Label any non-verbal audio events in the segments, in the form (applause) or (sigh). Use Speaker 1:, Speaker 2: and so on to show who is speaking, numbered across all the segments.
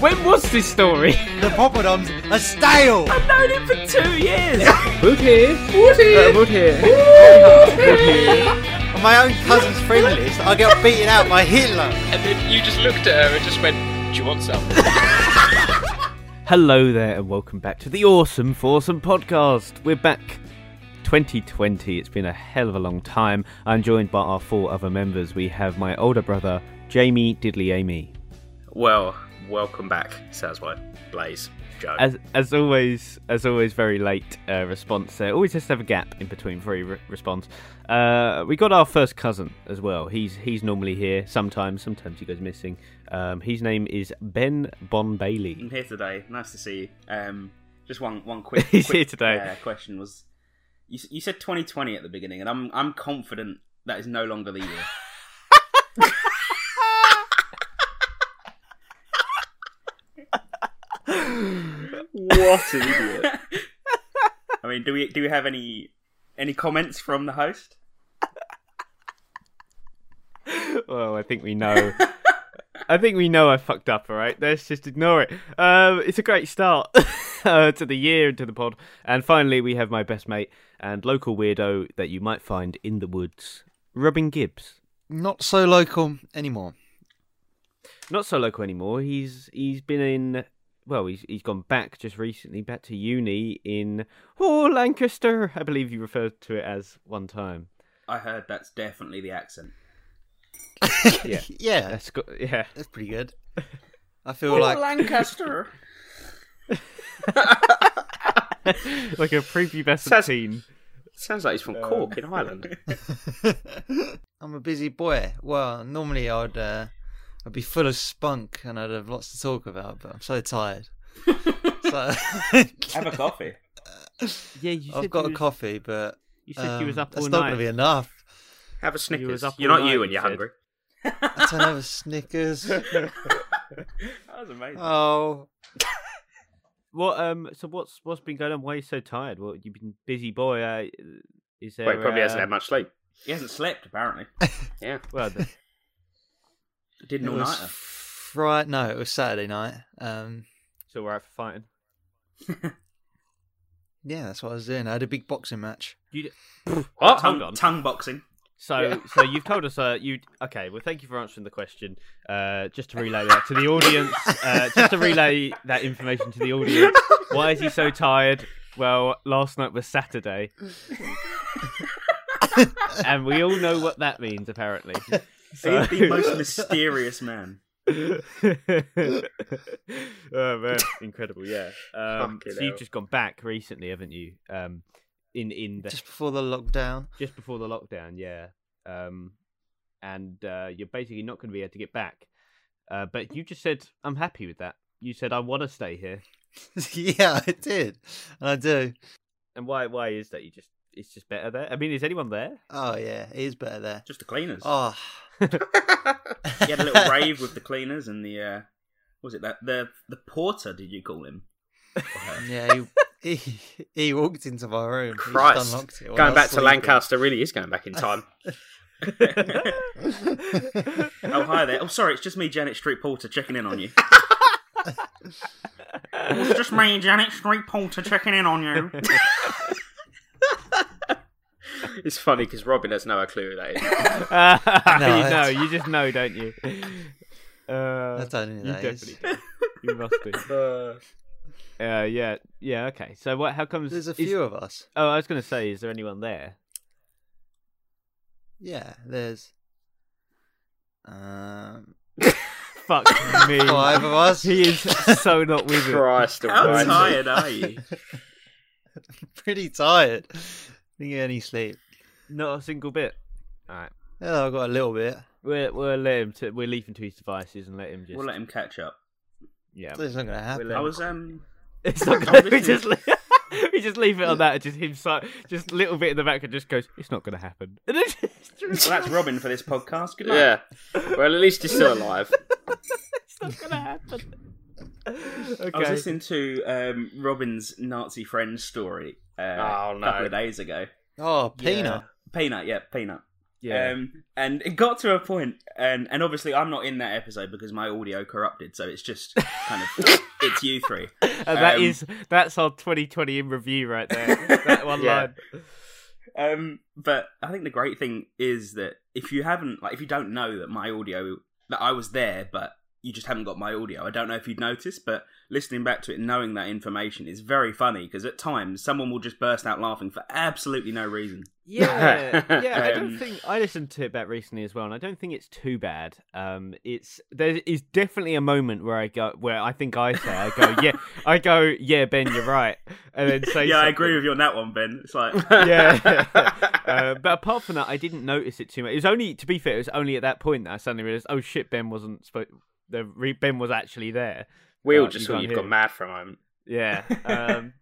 Speaker 1: When was this story?
Speaker 2: The poppadoms are stale.
Speaker 3: I've known him for two years.
Speaker 1: Wood here.
Speaker 4: Woody!
Speaker 1: Uh, wood here. Wood here.
Speaker 2: On my own cousin's friend list, I get beaten out by Hitler.
Speaker 4: And then you just looked at her and just went, Do you want some?
Speaker 1: Hello there, and welcome back to the Awesome Foursome podcast. We're back 2020. It's been a hell of a long time. I'm joined by our four other members. We have my older brother, Jamie Diddley Amy.
Speaker 4: well, welcome back, sounds like Blaze, Joe.
Speaker 1: As, as always, as always, very late uh, response there. Always has to have a gap in between for a re- response. Uh, we got our first cousin as well. He's he's normally here sometimes. Sometimes he goes missing. Um, his name is Ben Bon Bailey.
Speaker 5: I'm here today. Nice to see you. Um, just one one quick,
Speaker 1: He's
Speaker 5: quick,
Speaker 1: here today.
Speaker 5: Uh, question was, you, s- you said 2020 at the beginning, and I'm I'm confident that is no longer the year. (laughs)
Speaker 4: what an idiot.
Speaker 5: I mean, do we do we have any any comments from the host?
Speaker 1: Well, I think we know. I think we know I fucked up, all right? Let's just ignore it. Um, it's a great start (laughs) uh, to the year and to the pod. And finally, we have my best mate and local weirdo that you might find in the woods, Robin Gibbs.
Speaker 2: Not so local anymore.
Speaker 1: Not so local anymore. He's he's been in well, he's he's gone back just recently, back to uni in oh Lancaster. I believe you referred to it as one time.
Speaker 5: I heard that's definitely the accent.
Speaker 1: Yeah.
Speaker 2: yeah,
Speaker 1: That's go- (laughs) yeah.
Speaker 2: that's pretty good. I feel like
Speaker 5: Lancaster.
Speaker 1: like a prepubescent
Speaker 4: Says-
Speaker 1: teen.
Speaker 4: Sounds like he's from Cork in Ireland.
Speaker 2: (laughs) I'm a busy boy. Well, normally I'd uh, I'd be full of spunk and I'd have lots to talk about, but I'm
Speaker 1: (laughs)
Speaker 2: so tired. so
Speaker 5: (laughs) have a coffee.
Speaker 1: Yeah, you
Speaker 2: I've
Speaker 1: said
Speaker 2: got
Speaker 1: you
Speaker 2: a
Speaker 1: was-
Speaker 2: coffee, but
Speaker 1: You said you was
Speaker 2: um,
Speaker 1: up
Speaker 2: that's
Speaker 1: uh, all
Speaker 2: not
Speaker 1: night.
Speaker 2: going to be enough.
Speaker 4: Have a Snickers.
Speaker 1: was up
Speaker 4: You're
Speaker 1: all
Speaker 4: not you
Speaker 1: night,
Speaker 4: when you're
Speaker 1: he said.
Speaker 4: hungry.
Speaker 2: I don't have
Speaker 1: (laughs)
Speaker 2: a Snickers.
Speaker 5: That was amazing.
Speaker 2: Oh,
Speaker 1: What um? So what's what's been going on? Why are you so tired? Well, you've been busy, boy. Uh, is there?
Speaker 4: Well, he probably
Speaker 1: uh,
Speaker 4: hasn't had much sleep.
Speaker 5: He hasn't slept apparently.
Speaker 4: Yeah.
Speaker 1: Well, the-
Speaker 5: Didn't
Speaker 2: it
Speaker 5: all
Speaker 2: was
Speaker 5: nighter.
Speaker 2: Friday. No, it was Saturday night. Um,
Speaker 1: it's all right for fighting.
Speaker 2: yeah, that's what I was doing. I had a big boxing match.
Speaker 1: You d-
Speaker 4: What?
Speaker 1: hold
Speaker 5: tongue,
Speaker 1: on.
Speaker 5: tongue (laughs) boxing.
Speaker 1: So so you've told us uh you okay. Well, thank you for answering the question. Uh, just to relay that to the audience. Uh, just to relay that information to the audience. Why is he so tired? Well, last night was
Speaker 4: (laughs)
Speaker 1: Saturday, and we all know what that means. Apparently,
Speaker 5: He's the most mysterious man.
Speaker 1: (laughs) oh man, incredible! Yeah, um,
Speaker 4: Fucking
Speaker 1: so you've
Speaker 4: hell.
Speaker 1: just gone back recently, haven't you? Um, in in the,
Speaker 2: Just
Speaker 1: just...
Speaker 2: before the lockdown. (laughs)
Speaker 1: before the lockdown, yeah. Um, and uh, you're basically not going to be able to get back. Uh, but you just said I'm happy with that. You said I want to stay here.
Speaker 2: yeah, I did, and I do.
Speaker 1: And why? Why is that? You just it's just better there. I mean, is anyone there? (laughs)
Speaker 2: Oh yeah, it is better there.
Speaker 5: Just the cleaners.
Speaker 2: Oh,
Speaker 5: He had
Speaker 2: (laughs)
Speaker 5: a little rave
Speaker 4: (laughs)
Speaker 5: with the cleaners and the uh, what was it that the the porter? Did you call him?
Speaker 2: Yeah, he, he he walked into my room. He just
Speaker 4: Christ.
Speaker 2: unlocked it while I
Speaker 4: Going
Speaker 2: was
Speaker 4: back to
Speaker 2: sleeping.
Speaker 4: Lancaster really is going back in time. (laughs)
Speaker 1: Uh, (laughs)
Speaker 5: Oh hi there. Oh sorry, it's just me, Janet Street Porter, checking in on
Speaker 4: (laughs)
Speaker 5: you. it's just me, Janet Street Porter, checking in on you.
Speaker 4: (laughs) it's funny because Robin has no clue who that is.
Speaker 1: you know,
Speaker 2: that's-
Speaker 1: you just know, don't you? Uh,
Speaker 2: I don't know who
Speaker 1: You
Speaker 2: that is.
Speaker 1: definitely do. You must
Speaker 2: (laughs)
Speaker 1: be. Uh, yeah, yeah, okay. So what? How comes?
Speaker 2: There's a
Speaker 1: is-
Speaker 2: few of us.
Speaker 1: oh, I was going to say, is there anyone there?
Speaker 2: Yeah, there's um
Speaker 5: (laughs)
Speaker 1: Fuck me.
Speaker 2: five of
Speaker 1: (laughs)
Speaker 2: us.
Speaker 1: He (laughs) is so not with it.
Speaker 4: Christ
Speaker 5: How
Speaker 4: almighty.
Speaker 5: tired are you?
Speaker 2: (laughs) Pretty tired. Didn't get any sleep.
Speaker 1: Not a single bit. All right,
Speaker 2: Yeah, I got a little bit.
Speaker 1: we're we're let him. To, we're leaving to his devices and let him just.
Speaker 5: We'll let him catch up.
Speaker 1: Yeah,
Speaker 2: It's not gonna happen.
Speaker 1: We'll
Speaker 5: I was um
Speaker 1: it's not.
Speaker 5: (laughs) I'll
Speaker 1: Gonna,
Speaker 5: listen.
Speaker 1: we just le- (laughs) we just leave it on that. and Just him, si- just a little bit in the background. Just goes. It's not going to happen. (laughs) And then just-
Speaker 5: well, that's Robin for this podcast. Good night.
Speaker 4: Yeah. Well, at least he's still alive.
Speaker 1: it's not going to happen.
Speaker 5: I was
Speaker 1: Okay.
Speaker 5: listening to um, Robin's Nazi friend story uh,
Speaker 4: Oh, no.
Speaker 5: a couple of days ago.
Speaker 2: Oh, peanut.
Speaker 5: Yeah. Peanut, yeah, Peanut.
Speaker 1: Yeah.
Speaker 5: Um, and it got to a point, and and obviously I'm not in that episode because my audio corrupted, so it's just kind
Speaker 1: (laughs)
Speaker 5: of it's you three.
Speaker 1: And that
Speaker 5: um,
Speaker 1: is that's our 2020 in review right
Speaker 5: (laughs)
Speaker 1: there. That one
Speaker 5: Yeah.
Speaker 1: line.
Speaker 5: Um, but I think the great thing is that if you haven't, like, if you don't know that my audio that I was there, but you just haven't got my audio, I don't know if you'd notice, but listening back to it, knowing that information is very funny because at times someone will just burst out laughing for absolutely no reason. (laughs)
Speaker 1: Yeah, yeah. I don't
Speaker 5: Um,
Speaker 1: think I listened to it back recently as well, and I don't think it's too bad. Um, it's there is definitely a moment where I go where I think I say I go yeah I go yeah Ben you're right, and then say
Speaker 5: yeah, I agree with you on that one, Ben.
Speaker 1: (laughs)
Speaker 5: It's like,
Speaker 1: (laughs)
Speaker 5: (laughs)
Speaker 1: yeah. uh, but apart from that, I didn't notice it too much. It was only to be fair, it was only at that point that I suddenly realized oh shit Ben wasn't spo- the re- Ben was actually there.
Speaker 4: We all
Speaker 1: Right,
Speaker 4: just
Speaker 1: you
Speaker 4: thought
Speaker 1: can't
Speaker 4: you'd
Speaker 1: hear it.
Speaker 4: gone mad for a moment. (laughs)
Speaker 1: Yeah. Um,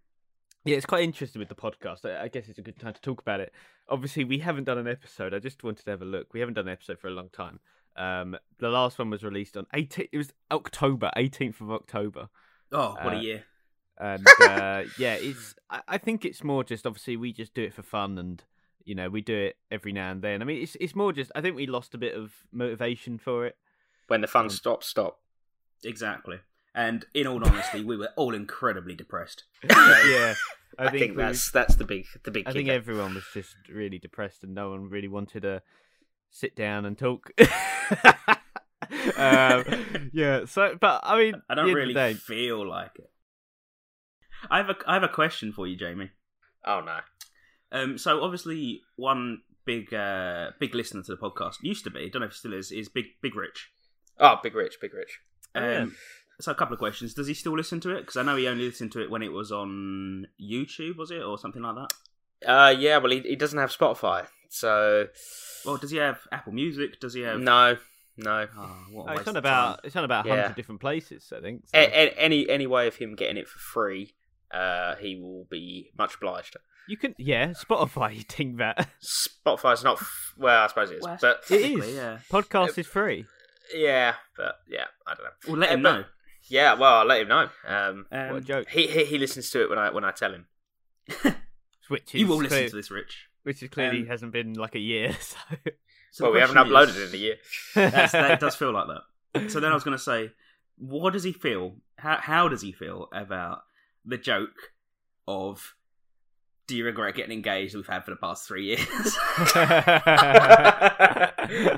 Speaker 1: yeah, it's quite interesting with the podcast. I, I guess it's a good time to talk about it. Obviously, we haven't done an episode. I just wanted to have a look. We haven't done an episode for a long time. Um, the last one was released on 18th. It was October, 18th of October.
Speaker 5: oh, what
Speaker 1: Uh,
Speaker 5: a year.
Speaker 4: (laughs)
Speaker 1: And uh, yeah, it's. I, I think it's more just obviously we just do it for fun and you know we do it every now and then. I mean, it's it's more just. I think we lost a bit of motivation for
Speaker 4: (laughs)
Speaker 1: it.
Speaker 4: When the
Speaker 1: Hmm.
Speaker 4: fun stops, stop.
Speaker 5: Exactly. And in all honesty, we were all incredibly depressed.
Speaker 1: yeah,
Speaker 4: I, think,
Speaker 1: we-
Speaker 4: that's that's the big the big.
Speaker 1: I think
Speaker 4: kicker.
Speaker 1: everyone was just really depressed and no one really wanted to sit down and talk. (laughs)
Speaker 5: (laughs)
Speaker 1: um, yeah, so but I mean,
Speaker 5: I
Speaker 1: at
Speaker 5: don't
Speaker 1: the end of
Speaker 5: really
Speaker 1: the day-
Speaker 5: feel like it. I have a, I have a question for you, Jamie.
Speaker 4: Oh no.
Speaker 5: Um, so obviously, one big uh, big listener to the podcast used to be, don't know if he still is, is Big Big Rich.
Speaker 4: Oh, big rich, big rich.
Speaker 5: Um,
Speaker 1: Oh, yeah.
Speaker 5: So a couple of questions. Does he still listen to it? Because I know he only listened to it when it was on YouTube, was it, or something like that?
Speaker 4: Uh, yeah. Well, he he doesn't have Spotify, so
Speaker 5: Well, does he have Apple Music? Does he have?
Speaker 4: no, no.
Speaker 5: Oh, what
Speaker 1: Oh,
Speaker 5: a waste
Speaker 1: it's on
Speaker 5: of
Speaker 1: about it's on about a
Speaker 4: Yeah.
Speaker 1: hundred different places, I think.
Speaker 5: Eh,
Speaker 1: So.
Speaker 4: A- a- any any way of him getting it for free, uh, he will be much obliged.
Speaker 1: you can yeah, Spotify. (laughs) You think that
Speaker 4: Spotify's not f- well, I suppose it is,
Speaker 5: Well,
Speaker 4: but
Speaker 1: it
Speaker 5: Technically,
Speaker 1: is?
Speaker 5: yeah.
Speaker 1: Podcast
Speaker 5: Eh,
Speaker 1: is free.
Speaker 4: yeah, but yeah, I don't know.
Speaker 5: time. Well, let
Speaker 4: Uh,
Speaker 5: him
Speaker 4: but-
Speaker 5: know.
Speaker 4: Yeah, well, I'll let him know. Um,
Speaker 5: Um,
Speaker 1: what a joke!
Speaker 4: he, he he listens to it when I when I tell him.
Speaker 1: Which is
Speaker 5: you will listen
Speaker 1: clear-
Speaker 5: to this, Rich.
Speaker 1: Which is clearly
Speaker 5: um,
Speaker 1: hasn't been like a year. (laughs) So
Speaker 5: So
Speaker 4: well,
Speaker 5: the
Speaker 4: we haven't
Speaker 5: question
Speaker 4: uploaded
Speaker 5: is-
Speaker 4: it in a year.
Speaker 5: That's, that it does feel like that. So then
Speaker 1: (laughs)
Speaker 5: I (laughs) was going to say, what does he feel? How how does he feel about the joke of? Do you regret getting engaged? We've had for the past three years. (laughs)
Speaker 4: the, (laughs)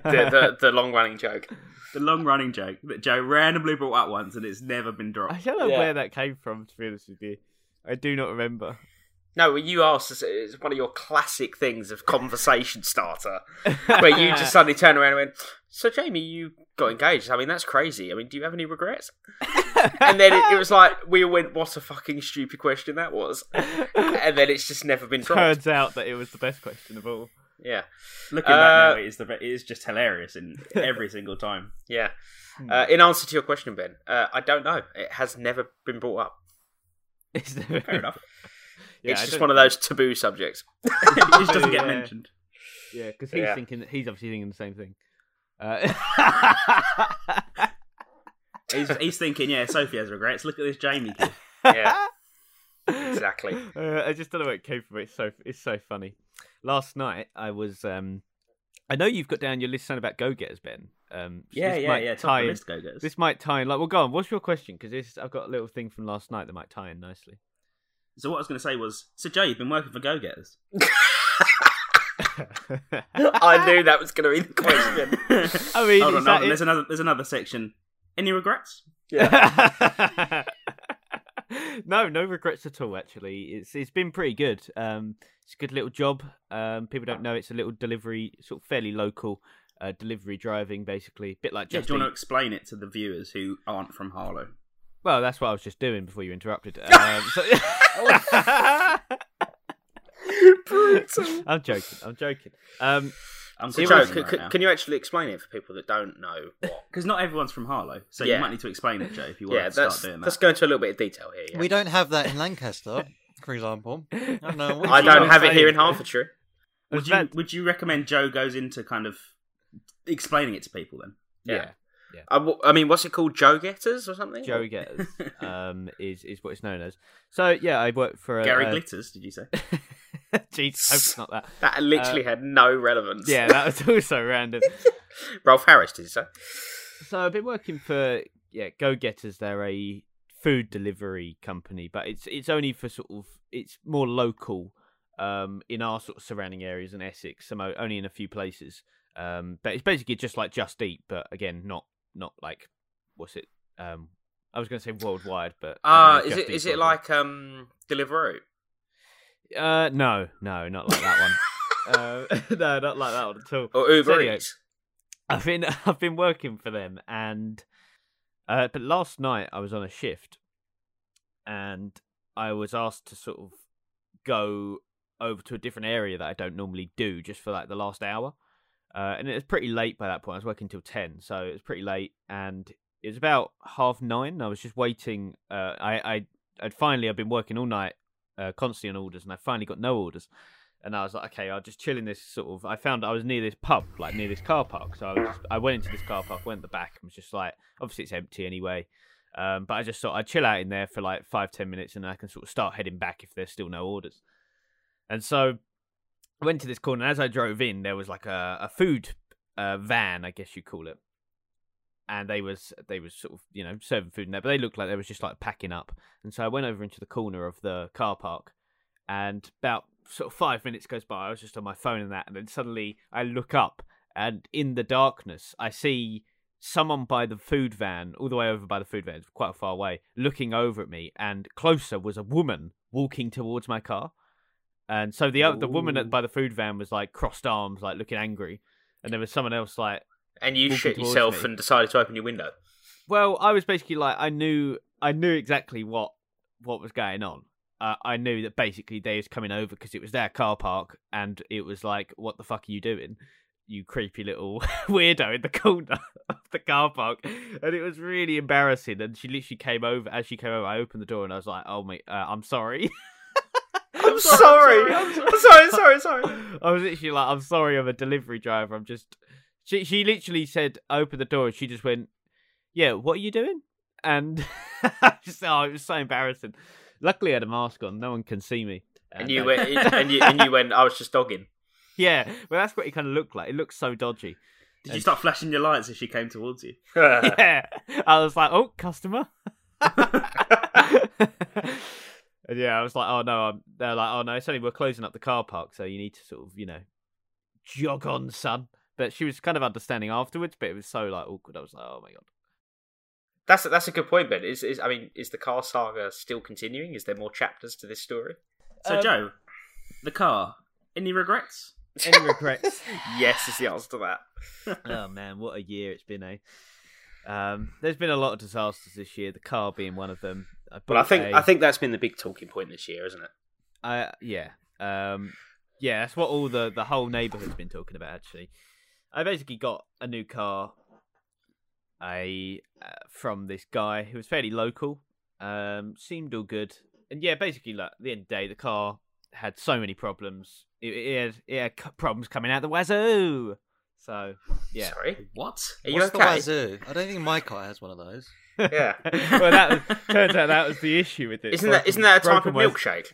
Speaker 4: the the long running joke.
Speaker 5: the long running joke that Joe randomly brought up once and it's never been
Speaker 1: I
Speaker 5: dropped.
Speaker 1: don't know
Speaker 4: Yeah.
Speaker 1: where that came from. To be honest with you, I do not remember.
Speaker 4: No, well, you asked. us- It's one of your classic things of conversation starter, where
Speaker 5: (laughs)
Speaker 4: you (laughs) just suddenly turn around and went, "So, Jamie, you got engaged. I mean, that's crazy. I mean, do you have any regrets?" and then it, it was like we all went, "What a fucking stupid question that was!" And then it's just never
Speaker 5: (laughs)
Speaker 4: been dropped.
Speaker 1: Turns out that it was the best question of all.
Speaker 4: Yeah,
Speaker 5: Looking back
Speaker 4: Uh,
Speaker 5: now, it is the it is just hilarious in every single time.
Speaker 4: yeah. Uh, in answer to your question, Ben, uh, I don't know. It has never been brought up.
Speaker 1: It's
Speaker 5: Fair enough.
Speaker 4: it's just one of those taboo subjects. (laughs)
Speaker 5: it just doesn't get
Speaker 1: Yeah.
Speaker 5: mentioned.
Speaker 1: Yeah, because he's
Speaker 4: Yeah.
Speaker 1: thinking he's obviously thinking the same thing. Uh,
Speaker 5: He's, he's thinking, yeah, Sophie has regrets. Look at this Jamie kid.
Speaker 4: (laughs)
Speaker 1: (laughs)
Speaker 4: Yeah, exactly.
Speaker 1: Uh, I just don't know where it came from. It's so it's so funny. Last night I was. um I know you've got down your list something about go getters, Ben. Um, so
Speaker 5: Yeah,
Speaker 1: this
Speaker 5: yeah,
Speaker 1: might
Speaker 5: yeah. Top
Speaker 1: Tie
Speaker 5: of the
Speaker 1: in,
Speaker 5: list, go getters.
Speaker 1: this might tie in. Like, well, go on. What's your question? Because this I've got a little thing from last night that might tie in
Speaker 4: (laughs)
Speaker 1: nicely.
Speaker 5: So what I was going to say was, so Joe, you've been working for Go Getters.
Speaker 4: I knew that was going to be the
Speaker 5: (laughs)
Speaker 4: question. (laughs)
Speaker 1: I mean,
Speaker 5: Hold
Speaker 1: is
Speaker 5: on,
Speaker 1: that
Speaker 5: hold on.
Speaker 1: it?
Speaker 5: There's another. There's another section. Any regrets?
Speaker 1: (laughs) no, no regrets at all. Actually, it's it's been pretty good. Um, it's a good little job. Um, people don't know it's a little delivery, sort of fairly local uh, delivery driving, basically, bit like
Speaker 5: Yeah,
Speaker 1: just.
Speaker 5: do you
Speaker 1: Eat.
Speaker 5: want to explain it to the viewers who aren't from Harlow?
Speaker 1: Well, that's what I was just doing before you
Speaker 5: (laughs)
Speaker 1: interrupted. Um, so... (laughs) I'm joking. I'm joking.
Speaker 5: (laughs)
Speaker 1: Um,
Speaker 5: I'm
Speaker 4: So,
Speaker 5: so
Speaker 4: Joe,
Speaker 5: right
Speaker 4: c- c-
Speaker 5: now.
Speaker 4: can you actually explain it for people that don't know what?
Speaker 5: Because not everyone's from Harlow, so
Speaker 4: Yeah.
Speaker 5: you might need to explain it, Joe, if you want
Speaker 4: (laughs) yeah,
Speaker 5: to start
Speaker 4: that's,
Speaker 5: doing
Speaker 4: let's
Speaker 5: that.
Speaker 4: go into a little bit of detail here. yeah.
Speaker 2: We don't have that in Lancaster, for (laughs) example. I don't know. what
Speaker 4: I
Speaker 2: you
Speaker 4: don't
Speaker 2: got.
Speaker 4: have it here in
Speaker 1: saying.
Speaker 4: Hertfordshire.
Speaker 5: Would you
Speaker 1: that-
Speaker 5: would you recommend Joe goes into kind of explaining it to people then?
Speaker 4: Yeah. I, w- I mean, what's it called? Joe Getters or something?
Speaker 1: Joe Getters
Speaker 5: (laughs)
Speaker 1: um, is is what it's known as. So yeah, I work for a,
Speaker 4: Uh,
Speaker 5: Gary
Speaker 1: a-
Speaker 5: Glitters, did you say?
Speaker 1: (laughs) Jeez, hope it's not that.
Speaker 4: That literally had no relevance. (laughs)
Speaker 1: Yeah, that was (laughs) also random.
Speaker 4: Rolf Harris did so.
Speaker 1: So I've been working for yeah, Go Getters. They're a food delivery company, but it's it's only for sort of it's more local um, in our sort of surrounding areas in Essex, some o- only in a few places. Um, but it's basically just like Just Eat, but again, not not like what's it? Um, I was going to say worldwide, but I
Speaker 4: Uh,
Speaker 1: don't know,
Speaker 4: is
Speaker 1: Just
Speaker 4: it
Speaker 1: Eat
Speaker 4: is it
Speaker 1: worldwide.
Speaker 4: like um Deliveroo?
Speaker 1: Uh, no, no, not like that
Speaker 4: (laughs)
Speaker 1: one. uh, (laughs) no, not like that one at all.
Speaker 4: Or Uber
Speaker 1: So anyway,
Speaker 4: Eats?
Speaker 1: I've been (laughs) I've been working for them, and uh, but last night I was on a shift, and I was asked to sort of go over to a different area that I don't normally do, just for like the last hour. Uh, and it was pretty late by that point. I was working till ten, so it was pretty late, and it was about half nine. I was just waiting. Uh, I I I'd finally I'd been working all night, uh, constantly on orders, and I finally got no orders and I was like, okay, I'll just chill in this sort of. I found I was near this pub, like near this car park. So I, was just, I went into this car park, went at the back, and was just like, obviously it's empty anyway. Um, but I just thought I'd chill out in there for like five, ten minutes, and I can sort of start heading back if there's still no orders. And so I went to this corner, and as I drove in, there was like a, a food uh, van, I guess you call it. And they was they was sort of you know serving food in there, but they looked like they was just like packing up. And so I went over into the corner of the car park, and about sort of five minutes goes by. I was just on my phone and that, and then suddenly I look up, and in the darkness, I see someone by the food van, all the way over by the food van, it's quite far away, looking over at me, and closer was a woman walking towards my car. And so the the woman at, by the food van was like crossed arms, like looking angry, and there was someone else like
Speaker 4: And you
Speaker 1: walking
Speaker 4: shit
Speaker 1: towards
Speaker 4: yourself
Speaker 1: me.
Speaker 4: and decided to open your window.
Speaker 1: well, I was basically like, I knew, I knew exactly what what was going on. Uh, I knew that basically they was coming over because it was their car park, and it was like, what the fuck are you doing, you creepy little (laughs) weirdo in the corner of the car park? And it was really embarrassing. And she literally came over. As she came over, I opened the door and I was like, oh mate, uh, I'm sorry. (laughs)
Speaker 4: I'm sorry. (laughs) I'm sorry. I'm sorry. Sorry.
Speaker 1: (laughs) I was literally like, I'm sorry, I'm a delivery driver. I'm just. She she literally said, open the door, and she just went, yeah, what are you doing? And (laughs) I just, oh, it was so embarrassing. Luckily, I had a mask on. No one can see me.
Speaker 4: And you
Speaker 1: uh,
Speaker 4: went. And you and you went. I was just dogging.
Speaker 1: (laughs) yeah, well, that's what it kind of looked like. It looked so dodgy.
Speaker 5: (laughs) Did you start flashing your lights as she came towards you?
Speaker 1: yeah. I was like, oh, customer. (laughs) and yeah, I was like, oh no, I'm, they're like, oh no, it's only we're closing up the car park, so you need to sort of, you know, jog on, son. But she was kind of understanding afterwards, but it was so like awkward. I was like, oh my god.
Speaker 4: That's a, that's a good point, Ben. Is is I mean, is the car saga still continuing? Is there more chapters to this story?
Speaker 5: So,
Speaker 1: Um,
Speaker 5: Joe, the car. Any regrets?
Speaker 1: Um, Any regrets? (laughs)
Speaker 4: Yes, is the answer to that.
Speaker 1: oh man, what a year it's been, eh? Um, there's been a lot of disasters this year. The car being one of them. I
Speaker 4: Well, I
Speaker 1: bought
Speaker 4: think
Speaker 1: a-
Speaker 4: I think that's been the big talking point this year, isn't it?
Speaker 1: I yeah. Um yeah, that's what all the the whole neighborhood's been talking about actually. I basically got a new car I uh, from this guy who was fairly local. Um seemed all good. And yeah, basically like at the end of the day the car had so many problems. It, it had it had c- problems coming out the wazoo. So
Speaker 4: (laughs)
Speaker 1: yeah.
Speaker 4: Sorry.
Speaker 5: What?
Speaker 4: Are you
Speaker 2: What's the
Speaker 4: okay?
Speaker 2: wazoo? I don't think my car has one of those.
Speaker 4: (laughs) yeah.
Speaker 1: well, that was, turns out that was the issue with it.
Speaker 4: Isn't that isn't that a type
Speaker 1: Broken waz-
Speaker 4: of milkshake?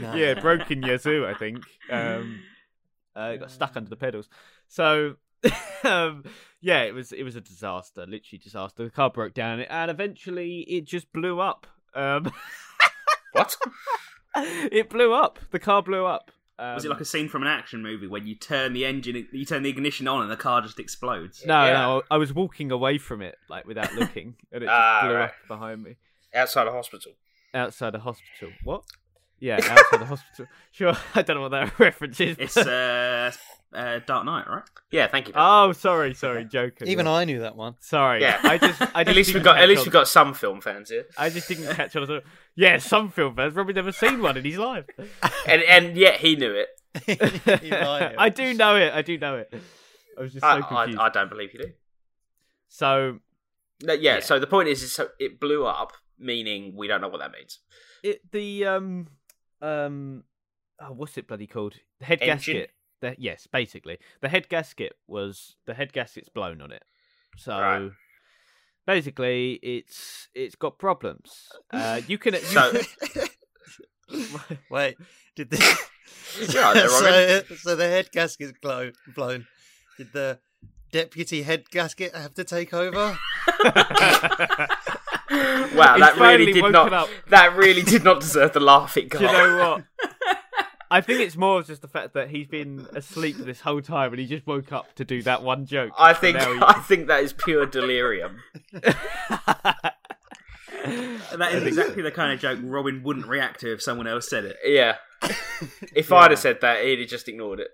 Speaker 2: No.
Speaker 1: yeah, broken Yazoo, I think. Um, uh, got stuck under the pedals. So, (laughs) um, yeah, it was it was a disaster, literally disaster. The car broke down, and eventually it just blew up. Um, (laughs)
Speaker 4: (laughs) What?
Speaker 1: it blew up. The car blew up. Um,
Speaker 5: Was it like a scene from an action movie when you turn the engine, you turn the ignition on, and the car just explodes?
Speaker 1: No,
Speaker 4: Yeah.
Speaker 1: no. I was walking away from it, like without looking, and it just
Speaker 4: Ah,
Speaker 1: blew
Speaker 4: right.
Speaker 1: up behind me.
Speaker 4: Outside a hospital.
Speaker 1: outside a hospital. What? Yeah, outside a hospital. (laughs) Sure, I don't know what that (laughs) reference is.
Speaker 5: It's
Speaker 1: but-
Speaker 5: uh, uh, Dark Knight, right?
Speaker 4: Yeah. Thank you. Ben.
Speaker 1: oh, sorry, sorry, Joker.
Speaker 2: Even
Speaker 1: yeah.
Speaker 2: I knew that one. (laughs)
Speaker 1: Sorry,
Speaker 4: Yeah.
Speaker 1: I just, I just
Speaker 4: (laughs) at least we
Speaker 1: didn't
Speaker 4: got
Speaker 1: catch
Speaker 4: at least
Speaker 1: on.
Speaker 4: we got some film fans here,
Speaker 1: I just didn't catch on. at all. Yeah, some film fans probably never seen one in his life.
Speaker 4: and and yet he knew it. (laughs)
Speaker 1: I do know it. I do know it. I was just so
Speaker 4: I,
Speaker 1: confused.
Speaker 4: I, I don't believe you do.
Speaker 1: So
Speaker 4: No, yeah,
Speaker 1: Yeah.
Speaker 4: So the point is, is so it blew up, meaning we don't know what that means.
Speaker 1: it the um um oh, what's it bloody called? The head
Speaker 4: Engine?
Speaker 1: gasket. The, yes, basically the head gasket was the head gasket's blown on it. So
Speaker 4: Right.
Speaker 1: basically, it's it's got problems. Uh, you can you,
Speaker 4: So-
Speaker 2: (laughs)
Speaker 1: (laughs)
Speaker 2: Wait, did the
Speaker 4: (laughs) You're right there, Robin.
Speaker 2: (laughs) so, so the head gasket's glow, blown. Did the deputy head gasket have to take (laughs) over?
Speaker 4: Wow,
Speaker 1: He's
Speaker 4: that really
Speaker 1: finally
Speaker 4: did
Speaker 1: woken
Speaker 4: not.
Speaker 1: up.
Speaker 4: That really did not deserve the laugh it got.
Speaker 1: Do you know what?
Speaker 4: (laughs)
Speaker 1: I think it's more of just the fact that he's been asleep this whole time and he just woke up to do that one joke.
Speaker 4: I think
Speaker 1: Now he-
Speaker 4: (laughs) I think that is pure delirium.
Speaker 5: That is exactly the kind of joke Robin wouldn't react to if someone else said it.
Speaker 1: (laughs)
Speaker 4: Yeah. If I'd have said that, he'd have just ignored it.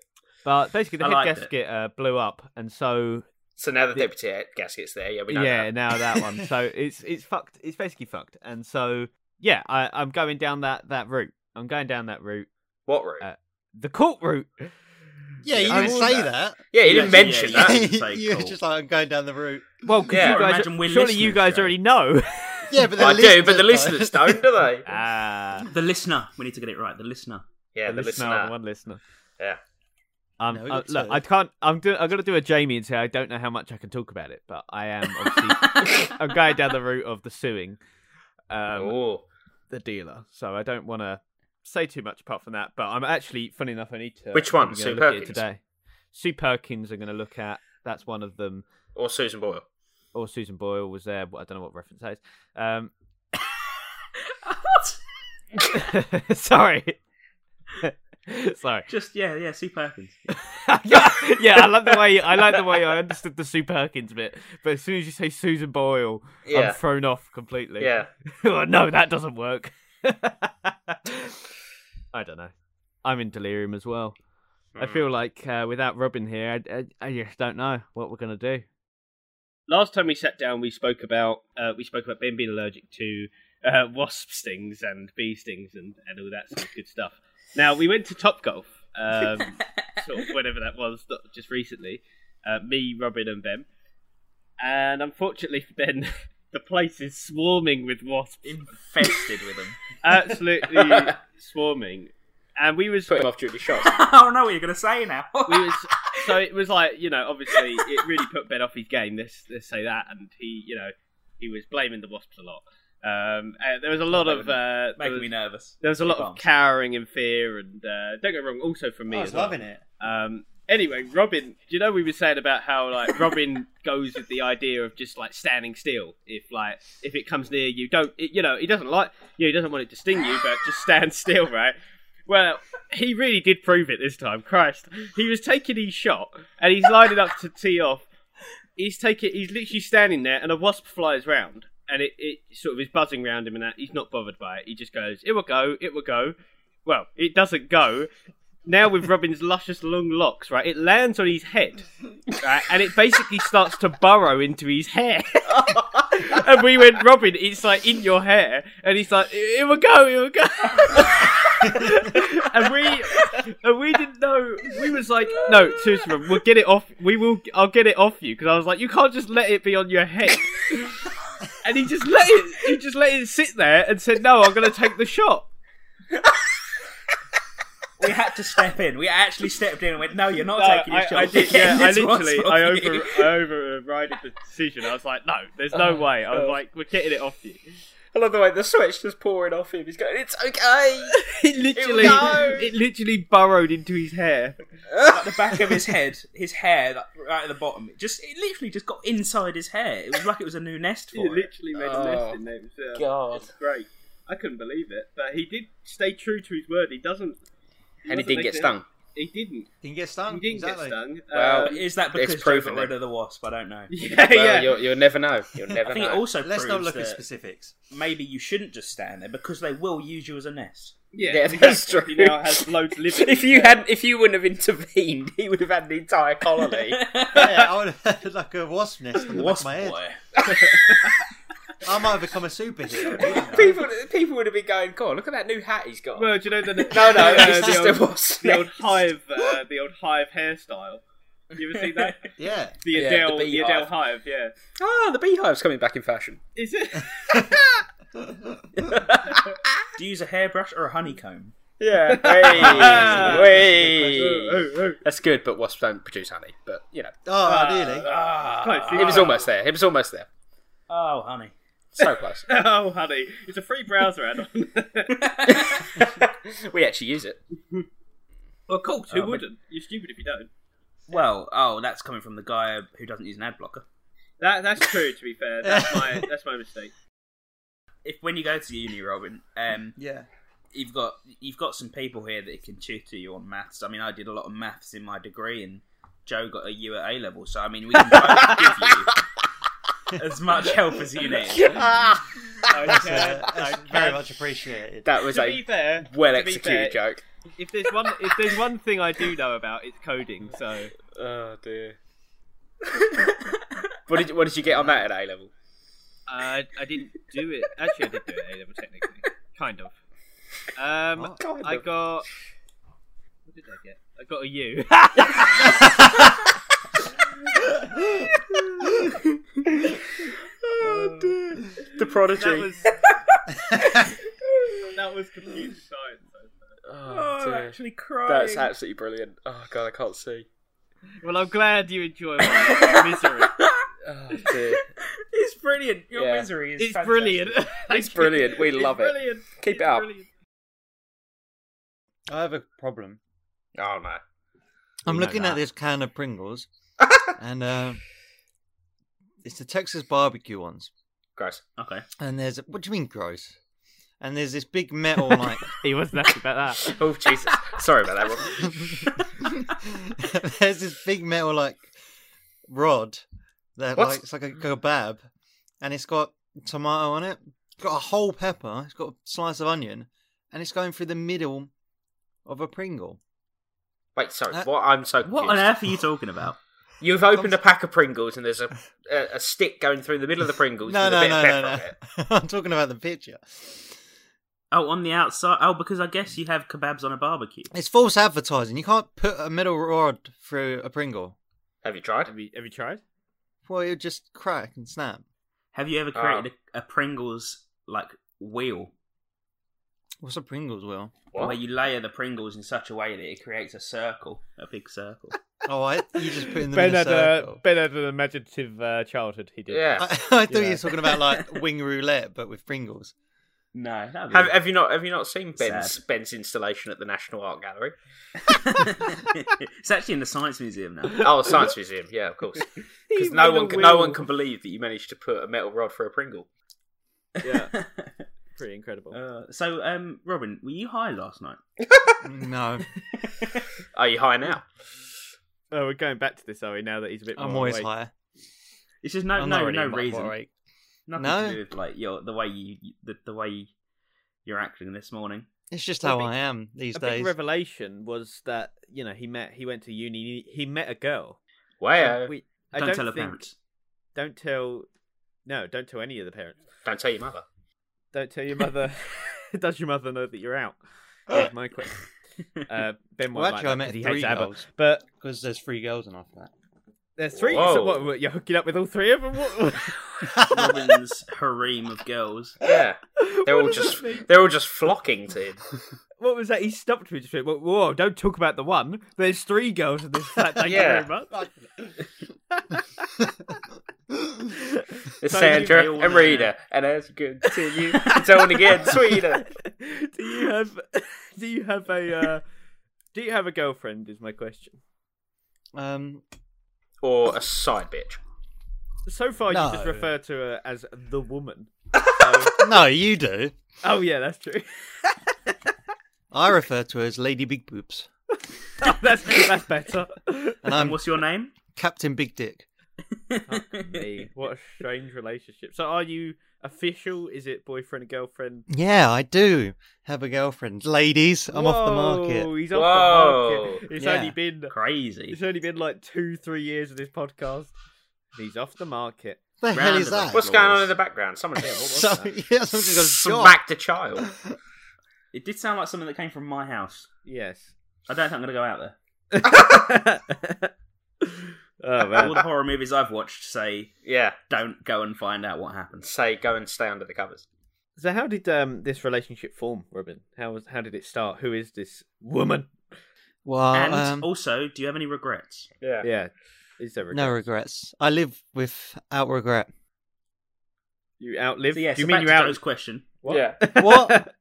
Speaker 1: But basically, the
Speaker 5: I
Speaker 1: head
Speaker 5: liked it.
Speaker 1: gasket uh, blew up, and so
Speaker 4: So now the deputy gasket's there. Yeah, we know
Speaker 1: yeah,
Speaker 4: that.
Speaker 1: now that
Speaker 4: (laughs)
Speaker 1: one. So it's it's fucked. It's basically fucked. And so yeah, I, I'm going down that that route. I'm going down that route,
Speaker 4: What route?
Speaker 1: Uh, the court route.
Speaker 2: Yeah, you
Speaker 5: I
Speaker 2: didn't
Speaker 5: would
Speaker 2: say
Speaker 5: say
Speaker 2: that.
Speaker 4: yeah, he
Speaker 5: yeah,
Speaker 4: didn't
Speaker 5: yeah,
Speaker 4: mention
Speaker 5: yeah.
Speaker 4: Oh, that.
Speaker 5: That's pretty
Speaker 2: you were
Speaker 5: cool.
Speaker 2: just like, I'm going down the route.
Speaker 1: Well, 'cause
Speaker 4: Yeah.
Speaker 1: you guys,
Speaker 5: Imagine we're
Speaker 1: surely you
Speaker 5: listeners,
Speaker 1: guys
Speaker 5: Joe.
Speaker 1: already
Speaker 4: (laughs)
Speaker 1: know.
Speaker 2: (laughs) Yeah, but (laughs) the
Speaker 4: I do, but the
Speaker 2: listeners
Speaker 4: listeners
Speaker 2: don't.
Speaker 4: don't,
Speaker 1: (laughs)
Speaker 4: do they?
Speaker 1: Ah,
Speaker 5: The listener. We need to get it right.
Speaker 1: (laughs)
Speaker 5: The listener.
Speaker 4: Yeah, the
Speaker 1: listener,
Speaker 4: listener.
Speaker 1: one listener.
Speaker 4: Yeah.
Speaker 1: Um,
Speaker 2: No,
Speaker 1: uh,
Speaker 2: it's
Speaker 1: look,
Speaker 2: a-
Speaker 1: I can't. I'm doing. I'm gonna do a Jamie and say I don't know how much I can talk about it, but I am obviously I'm going down the route of the suing. Um,
Speaker 4: oh,
Speaker 1: the dealer, so I don't want to say too much apart from that. But I'm actually, funny enough, I need to.
Speaker 4: Which one?
Speaker 1: I'm gonna
Speaker 4: Sue
Speaker 1: look at it
Speaker 4: Perkins?
Speaker 1: today. Sue Perkins. I'm going to look at. That's one of them.
Speaker 4: or Susan Boyle.
Speaker 1: Or Susan Boyle was there. But I don't know what reference that is. Um, Um, (laughs) sorry. sorry.
Speaker 5: Just yeah, yeah. See Perkins.
Speaker 1: (laughs) yeah, yeah, I love the way I like the way I understood the Sue Perkins bit, but as soon as you say Susan Boyle,
Speaker 4: Yeah.
Speaker 1: I'm thrown off completely.
Speaker 4: Yeah.
Speaker 1: (laughs) Well, no, that doesn't work. (laughs) I don't know. I'm in delirium as well.
Speaker 4: Mm.
Speaker 1: I feel like uh, without Robin here, I, I, I just don't know what we're gonna do. Last time we sat down, we spoke about uh, we spoke about Ben being allergic to uh, wasp stings and bee stings and, and all that sort of good stuff. Now we went to Top Golf, um, sort of whenever that was, not just recently. Uh, me, Robin, and Ben. And unfortunately for Ben, (laughs) the place is swarming with wasps,
Speaker 5: Infested with them.
Speaker 1: absolutely swarming. And we was
Speaker 4: Put him off duty shots.
Speaker 5: (laughs) I don't know what you're gonna say now.
Speaker 1: (laughs) we was so it was like you know obviously it really put Ben off his game. Let's let's say that, and he you know he was blaming the wasps a lot. Um, uh, there was a lot of uh, there,
Speaker 5: (laughs) Making
Speaker 1: was,
Speaker 5: me nervous.
Speaker 1: there was a lot of
Speaker 5: Bombs.
Speaker 1: cowering in fear, and uh, don't get me wrong, also from
Speaker 2: (laughs)
Speaker 1: me. as well.
Speaker 2: it.
Speaker 1: Um, anyway, Robin, do you know we were saying about how like Robin goes with the idea of just like standing still if like if it comes near you, don't it, you know he doesn't like you, know, he doesn't want it to sting you, but just stand (laughs) still, right? Well, he really did prove it this time. Christ, he was taking his shot and he's lining up to tee off. He's taking, he's literally standing there, and a wasp flies round, and it, it sort of is buzzing round him, and that he's not bothered by it. He just goes, "It will go, it will go." Well, it doesn't go, now with Robin's luscious long locks, right, it lands on his head, right, and it basically starts to burrow into his hair. (laughs) and we went, Robin, it's like in your hair, and he's like, it it will go, (laughs) it will go. and we and we didn't know. We was like, no, seriously, Robin, we'll get it off. We will. I'll get it off you because I was like, you can't just let it be on your head. and he just let it. He just let it sit there and said, no, I'm going to take the shot.
Speaker 5: We had to step in. We actually stepped in and went, "No, you're not
Speaker 1: No,
Speaker 5: taking
Speaker 1: Uh,
Speaker 5: your
Speaker 1: I,
Speaker 5: shot.
Speaker 1: I
Speaker 5: (laughs)
Speaker 1: did. (laughs)
Speaker 5: We're
Speaker 1: Yeah,
Speaker 5: getting
Speaker 1: I
Speaker 5: this wasp
Speaker 1: literally,
Speaker 5: off
Speaker 1: I
Speaker 5: you."
Speaker 1: over, I overrided the decision. I was like, no, there's no way. I was like, we're getting it off you.
Speaker 4: I love the way the sweat's just pouring off him. He's going, "It's okay."
Speaker 1: (laughs) It literally,
Speaker 4: No.
Speaker 1: it literally burrowed into his hair.
Speaker 5: Like, the back of his head, his hair, like, right at the bottom. It just, it literally just got inside his hair. It was like it was a new nest
Speaker 1: (laughs) It
Speaker 5: for it.
Speaker 1: literally made a nest in there himself.
Speaker 4: God.
Speaker 1: It's great. I couldn't believe it, but he did stay true to his word. He doesn't.
Speaker 4: And he
Speaker 1: doesn't
Speaker 4: did
Speaker 1: make
Speaker 4: get
Speaker 1: it-
Speaker 4: stung.
Speaker 1: He didn't.
Speaker 2: Didn't get
Speaker 1: He
Speaker 2: stung.
Speaker 1: didn't
Speaker 2: exactly.
Speaker 1: get stung.
Speaker 4: Well,
Speaker 1: Uh,
Speaker 5: But Is that because Joe
Speaker 4: proven
Speaker 5: got
Speaker 4: it.
Speaker 5: rid of the wasp? I don't know.
Speaker 1: (laughs) yeah,
Speaker 4: Well,
Speaker 1: yeah.
Speaker 4: you'll, you'll never know. You'll never
Speaker 5: I think it
Speaker 4: know.
Speaker 5: also
Speaker 2: Let's
Speaker 5: proves
Speaker 2: not look at
Speaker 5: that
Speaker 2: specifics.
Speaker 5: maybe you shouldn't just stand there because they will use you as a nest.
Speaker 4: Yeah, (laughs) that's true.
Speaker 1: He now has loads living.
Speaker 4: (laughs) if you had, if you wouldn't have intervened, he would have had the entire (laughs) colony.
Speaker 2: yeah, I would have (laughs) like a wasp nest on the
Speaker 5: Wasp
Speaker 2: back of my head.
Speaker 5: boy.
Speaker 2: I might have become a superhero.
Speaker 4: people, people would have been going, "God, look at that new hat he's got."
Speaker 1: Well, do you know the
Speaker 4: no, (laughs) no,
Speaker 1: uh, (laughs)
Speaker 4: it's
Speaker 1: the
Speaker 4: just
Speaker 1: old-
Speaker 4: a wasp.
Speaker 1: the old hive, uh, the old hive hairstyle. You ever seen that? (laughs)
Speaker 2: yeah.
Speaker 1: The
Speaker 4: Yeah,
Speaker 1: Adele,
Speaker 4: the
Speaker 1: the,
Speaker 4: beehive.
Speaker 1: Adele hive. Yeah,
Speaker 4: Ah, the beehive's coming back in fashion.
Speaker 1: is (laughs) it? Oh,
Speaker 2: Oh,
Speaker 5: Do you use a hairbrush or a honeycomb?
Speaker 4: (laughs) Yeah.
Speaker 1: Ah. (laughs)
Speaker 4: Hey, hey.
Speaker 1: Oh, oh,
Speaker 4: That's good, but wasps don't produce honey. But you know,
Speaker 1: Uh,
Speaker 2: Oh, really?
Speaker 1: eh?
Speaker 5: Ah,
Speaker 1: Close,
Speaker 4: it was almost there. It was almost there.
Speaker 5: oh, honey.
Speaker 4: So
Speaker 1: (laughs)
Speaker 4: close.
Speaker 1: (laughs)
Speaker 4: (laughs)
Speaker 1: oh, honey, it's a free browser add-on. (laughs)
Speaker 4: we actually use it.
Speaker 5: Well, cool.
Speaker 1: Who wouldn't? You're stupid if you don't.
Speaker 5: Well, oh, that's coming from the guy who doesn't use an ad blocker.
Speaker 1: That that's true. To be (laughs) fair, that's my that's my (laughs) mistake.
Speaker 5: If when you go to uni, Robin, um,
Speaker 2: Yeah.
Speaker 5: you've got you've got some people here that can tutor you on maths. I mean, I did a lot of maths in my degree, and Joe got a U at A level. So I mean, we can both give you as much help as you
Speaker 4: (laughs)
Speaker 5: need.
Speaker 2: That's,
Speaker 1: Okay.
Speaker 2: uh, that's very much appreciated.
Speaker 4: Ah, That was
Speaker 1: To be
Speaker 4: a
Speaker 1: fair,
Speaker 4: well
Speaker 1: to be
Speaker 4: executed
Speaker 1: fair,
Speaker 4: joke.
Speaker 1: If there's one, if there's one thing I do know about, it's coding. So uh,
Speaker 4: Oh dear.
Speaker 1: (laughs)
Speaker 4: what did you, what did you get on that at A level?
Speaker 1: uh, I didn't do it. Actually, I did do it at A level technically, kind of. Um, (laughs)
Speaker 4: Kind
Speaker 1: I
Speaker 4: of.
Speaker 1: got. What did I get? I got a (laughs) U.
Speaker 4: Oh, dear. The prodigy.
Speaker 1: that was that was (laughs) computer science.
Speaker 4: Oh, dear.
Speaker 5: actually crying.
Speaker 4: That's absolutely brilliant. Oh god, I can't see.
Speaker 1: Well, I'm glad you enjoy my (laughs) misery.
Speaker 4: Oh dear.
Speaker 5: it's brilliant. Your
Speaker 4: Yeah.
Speaker 5: misery is
Speaker 1: It's
Speaker 5: fantastic.
Speaker 1: brilliant. (laughs)
Speaker 4: It's brilliant. We
Speaker 1: It's
Speaker 4: love it.
Speaker 1: brilliant.
Speaker 4: Keep
Speaker 1: It's
Speaker 4: it up.
Speaker 1: brilliant.
Speaker 2: I have a problem.
Speaker 4: Oh no.
Speaker 1: We
Speaker 2: I'm
Speaker 1: know
Speaker 2: looking
Speaker 1: that.
Speaker 2: at this can of
Speaker 1: (laughs)
Speaker 2: Pringles, and uh, it's the Texas barbecue ones.
Speaker 4: Gross.
Speaker 5: Okay.
Speaker 2: And there's what do you mean gross? And there's this big
Speaker 1: (laughs)
Speaker 2: metal like
Speaker 1: He wasn't happy about that.
Speaker 4: Oh Jesus. Sorry about that. Rob.
Speaker 2: (laughs) there's this big metal like rod that
Speaker 4: What?
Speaker 2: like it's like a kebab, and it's got tomato on it, it's got a whole pepper, it's got a slice of onion, and it's going through the middle of a Pringle.
Speaker 4: Wait, sorry.
Speaker 2: Uh,
Speaker 4: what? I'm so confused.
Speaker 5: What on earth are you talking about?
Speaker 4: You've opened a pack of Pringles and there's a, a a stick going through the middle of the Pringles
Speaker 2: No,
Speaker 4: with a
Speaker 2: no,
Speaker 4: bit
Speaker 2: no,
Speaker 4: of
Speaker 2: no,
Speaker 4: pepper
Speaker 2: no.
Speaker 4: on it.
Speaker 2: (laughs) I'm talking about the picture.
Speaker 5: Oh, on the outside. Oh, because I guess you have kebabs on a barbecue.
Speaker 2: It's false advertising. You can't put a metal rod through a Pringle.
Speaker 4: Have you tried?
Speaker 1: Have you, have you tried?
Speaker 2: Well, it would just crack and snap.
Speaker 5: Have you ever created a, a Pringles like wheel
Speaker 2: What's a Pringles wheel?
Speaker 4: What?
Speaker 5: where you layer the Pringles in such a way that it creates a circle, a big (laughs) circle?
Speaker 2: Oh, I, you just put in
Speaker 1: (laughs)
Speaker 2: the
Speaker 1: Ben
Speaker 2: middle
Speaker 1: had, uh, a,
Speaker 2: circle.
Speaker 1: ben had an imaginative uh, childhood. He did.
Speaker 4: Yeah.
Speaker 2: I, (laughs) I thought you
Speaker 1: Yeah.
Speaker 2: were talking about like wing roulette, but with Pringles.
Speaker 5: no, that'd be-
Speaker 4: Have, have you (laughs) not? Have you not seen Ben's
Speaker 5: Sad.
Speaker 4: Ben's installation at the National Art Gallery?
Speaker 5: (laughs) it's actually in the Science Museum now. (laughs)
Speaker 4: Oh, Science Museum. Yeah, of course. Because
Speaker 1: He made
Speaker 4: no
Speaker 1: a
Speaker 4: one, can, no
Speaker 1: will.
Speaker 4: one can believe that you managed to put a metal rod for a Pringle.
Speaker 1: (laughs) Yeah, pretty incredible.
Speaker 5: Uh, so, um, Robin, were you high last night?
Speaker 2: No,
Speaker 4: Are you high now?
Speaker 1: oh, we're going back to this, are we? Now that he's a bit.
Speaker 2: (laughs) I'm
Speaker 1: more
Speaker 2: always
Speaker 1: awake.
Speaker 2: higher.
Speaker 5: It's just no,
Speaker 2: I'm
Speaker 5: no,
Speaker 2: already
Speaker 5: no
Speaker 2: in my
Speaker 5: reason.
Speaker 2: bottom eight.
Speaker 5: Nothing
Speaker 2: No?
Speaker 5: to do with like your the way you you- the, the way you're acting this morning.
Speaker 2: It's just
Speaker 1: A
Speaker 2: how
Speaker 1: big-
Speaker 2: I am these
Speaker 1: A big
Speaker 2: days.
Speaker 1: revelation was that you know he met he went to uni he met a girl.
Speaker 4: Where?
Speaker 1: We- I
Speaker 5: Don't,
Speaker 1: don't
Speaker 5: tell her
Speaker 1: think-
Speaker 5: parents.
Speaker 1: Don't tell. No, don't tell any of the parents.
Speaker 4: Don't tell your mother.
Speaker 1: Don't tell your mother. (laughs) Does your mother know that you're out? That's my question. Uh, ben won't
Speaker 2: Well, actually, I
Speaker 1: like that
Speaker 2: met
Speaker 1: 'cause he
Speaker 2: three
Speaker 1: hates ABBA.
Speaker 2: girls
Speaker 1: But
Speaker 2: because there's three girls and after
Speaker 1: there's three.
Speaker 4: Whoa.
Speaker 1: So what, what, You're hooking up with all three of them.
Speaker 2: (laughs)
Speaker 1: What,
Speaker 2: that.
Speaker 5: Robin's harem of girls.
Speaker 4: Yeah, they're
Speaker 1: What
Speaker 4: all
Speaker 1: does that
Speaker 4: just
Speaker 1: mean?
Speaker 4: they're all just flocking
Speaker 2: (laughs)
Speaker 4: to him.
Speaker 1: what was that? He stopped me. Just went, whoa, whoa, don't talk about the one. There's three girls in this flat. Thank
Speaker 4: Yeah.
Speaker 1: you very much.
Speaker 4: It's
Speaker 1: So you
Speaker 4: Sandra
Speaker 5: may all
Speaker 4: and
Speaker 5: know.
Speaker 4: Rita, and as you continue, it's on
Speaker 2: (laughs)
Speaker 4: again sweeter.
Speaker 1: (laughs) do you have (laughs) do you have a uh, do you have a girlfriend is my question
Speaker 2: (laughs) um,
Speaker 4: Or a side bitch.
Speaker 1: so far you just
Speaker 2: No.
Speaker 1: refer to her as the woman
Speaker 2: no, you do.
Speaker 1: oh yeah that's true
Speaker 2: I refer to her as Lady Big Boobs,
Speaker 1: that's that's better
Speaker 5: (laughs)
Speaker 2: and
Speaker 5: And
Speaker 2: I'm
Speaker 5: what's your name?
Speaker 2: Captain Big Dick.
Speaker 1: Me, what a strange relationship so are you official is it boyfriend and girlfriend
Speaker 2: Yeah, I do have a girlfriend. Ladies, I'm off the market.
Speaker 1: Whoa, he's off the
Speaker 4: Whoa.
Speaker 1: market it's
Speaker 2: Yeah.
Speaker 1: only been
Speaker 5: Crazy.
Speaker 1: it's only been like two three years of this podcast he's off the market
Speaker 2: The hell is
Speaker 5: Roundabout.
Speaker 2: that?
Speaker 4: What's going on in the background? Someone
Speaker 2: (laughs) so, (laughs) yeah, something got shot.
Speaker 4: smacked a child.
Speaker 5: It did sound like something that came from my house.
Speaker 2: (laughs)
Speaker 1: yes
Speaker 5: I don't think I'm going to go out there.
Speaker 1: oh
Speaker 5: All
Speaker 1: man
Speaker 5: the horror movies I've watched say
Speaker 4: Yeah,
Speaker 5: don't go and find out what happens.
Speaker 4: say go and stay under the covers.
Speaker 1: So how did um, this relationship form, Robin? How was how did it start? Who is this woman?
Speaker 2: Well,
Speaker 5: and
Speaker 2: um,
Speaker 5: also, do you have any regrets?
Speaker 4: Yeah.
Speaker 1: Yeah, is there a
Speaker 2: no regrets. I live without regret.
Speaker 1: You outlive.
Speaker 5: So yeah,
Speaker 1: Do you
Speaker 5: so
Speaker 1: mean
Speaker 5: back
Speaker 1: you
Speaker 5: to
Speaker 1: out?
Speaker 5: Joe's question.
Speaker 1: What?
Speaker 4: Yeah.
Speaker 2: What?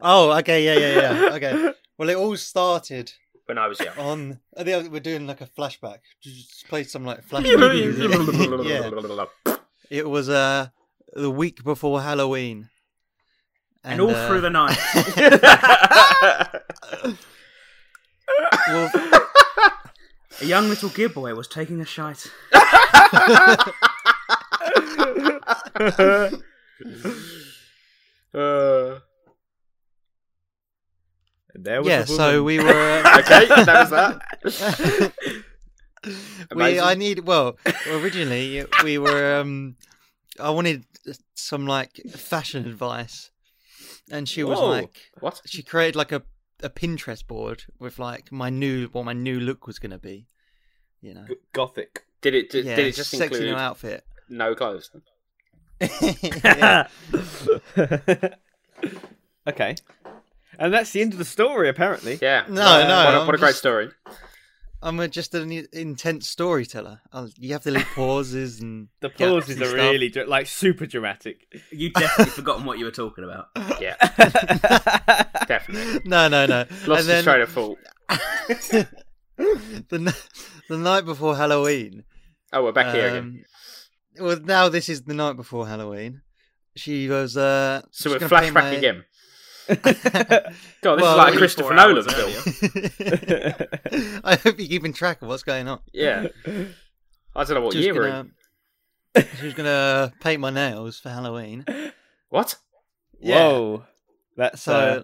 Speaker 2: oh, okay, yeah, yeah, yeah. Okay. Well, it all started
Speaker 4: When I was
Speaker 2: (laughs)
Speaker 4: young.
Speaker 2: on. I think we're doing like a flashback. Just play some like flashback music. Oh, (laughs)
Speaker 4: (laughs)
Speaker 2: yeah.
Speaker 4: yeah.
Speaker 2: It was uh the week before Halloween, uh,
Speaker 5: And, all through the night.
Speaker 2: well,
Speaker 5: A young little gear boy was taking a shite.
Speaker 4: Uh,
Speaker 1: (laughs) And there was
Speaker 2: yeah.
Speaker 1: a
Speaker 2: So
Speaker 1: woman.
Speaker 2: we were.
Speaker 4: okay, that was that.
Speaker 2: (laughs) we
Speaker 4: Amazing.
Speaker 2: I need well originally we were um I wanted some like fashion advice and she was
Speaker 1: Whoa.
Speaker 2: like
Speaker 4: (laughs) What?
Speaker 2: she created like a a Pinterest board with like my new what my new look was going to be you know
Speaker 1: gothic.
Speaker 4: Did it? Did,
Speaker 2: yeah,
Speaker 4: did it just
Speaker 2: sexy
Speaker 4: include
Speaker 2: new
Speaker 4: (laughs)
Speaker 2: outfit (laughs)
Speaker 4: no clothes?
Speaker 2: Yeah.
Speaker 1: (laughs) okay. And that's the end of the story, apparently.
Speaker 4: Yeah.
Speaker 2: No, no,
Speaker 4: What a- What a,
Speaker 2: I'm
Speaker 4: what a great
Speaker 2: just-
Speaker 4: story.
Speaker 2: I'm a- just an i- intense storyteller i you have to leave pauses and (laughs)
Speaker 1: The
Speaker 2: Yeah,
Speaker 1: pauses
Speaker 2: see
Speaker 1: are
Speaker 2: stuff.
Speaker 1: really dra- like super dramatic. (laughs)
Speaker 5: You definitely forgotten what you were talking about.
Speaker 4: Yeah,
Speaker 1: yeah,
Speaker 2: (laughs)
Speaker 4: definitely.
Speaker 2: no no no
Speaker 4: Lost
Speaker 2: and then
Speaker 4: his train of thought.
Speaker 2: (laughs) the, n- the night before Halloween
Speaker 4: Oh, we're back here again.
Speaker 2: Um, Well, now this is the night before Halloween. She goes, uh,
Speaker 4: So we're
Speaker 2: just
Speaker 4: flashback
Speaker 2: gonna paint
Speaker 4: again.
Speaker 2: my-
Speaker 4: God, this
Speaker 2: Well,
Speaker 4: is like a
Speaker 5: 24
Speaker 4: Christopher
Speaker 5: hours
Speaker 4: Nolan
Speaker 5: earlier.
Speaker 4: film.
Speaker 2: (laughs)
Speaker 4: (laughs)
Speaker 2: I hope you're keeping track of what's going on.
Speaker 4: Yeah. I don't know what
Speaker 2: She was
Speaker 4: year we're in.
Speaker 2: gonna- she was gonna paint my nails for Halloween.
Speaker 4: What?
Speaker 1: Whoa, that's
Speaker 2: So
Speaker 1: uh,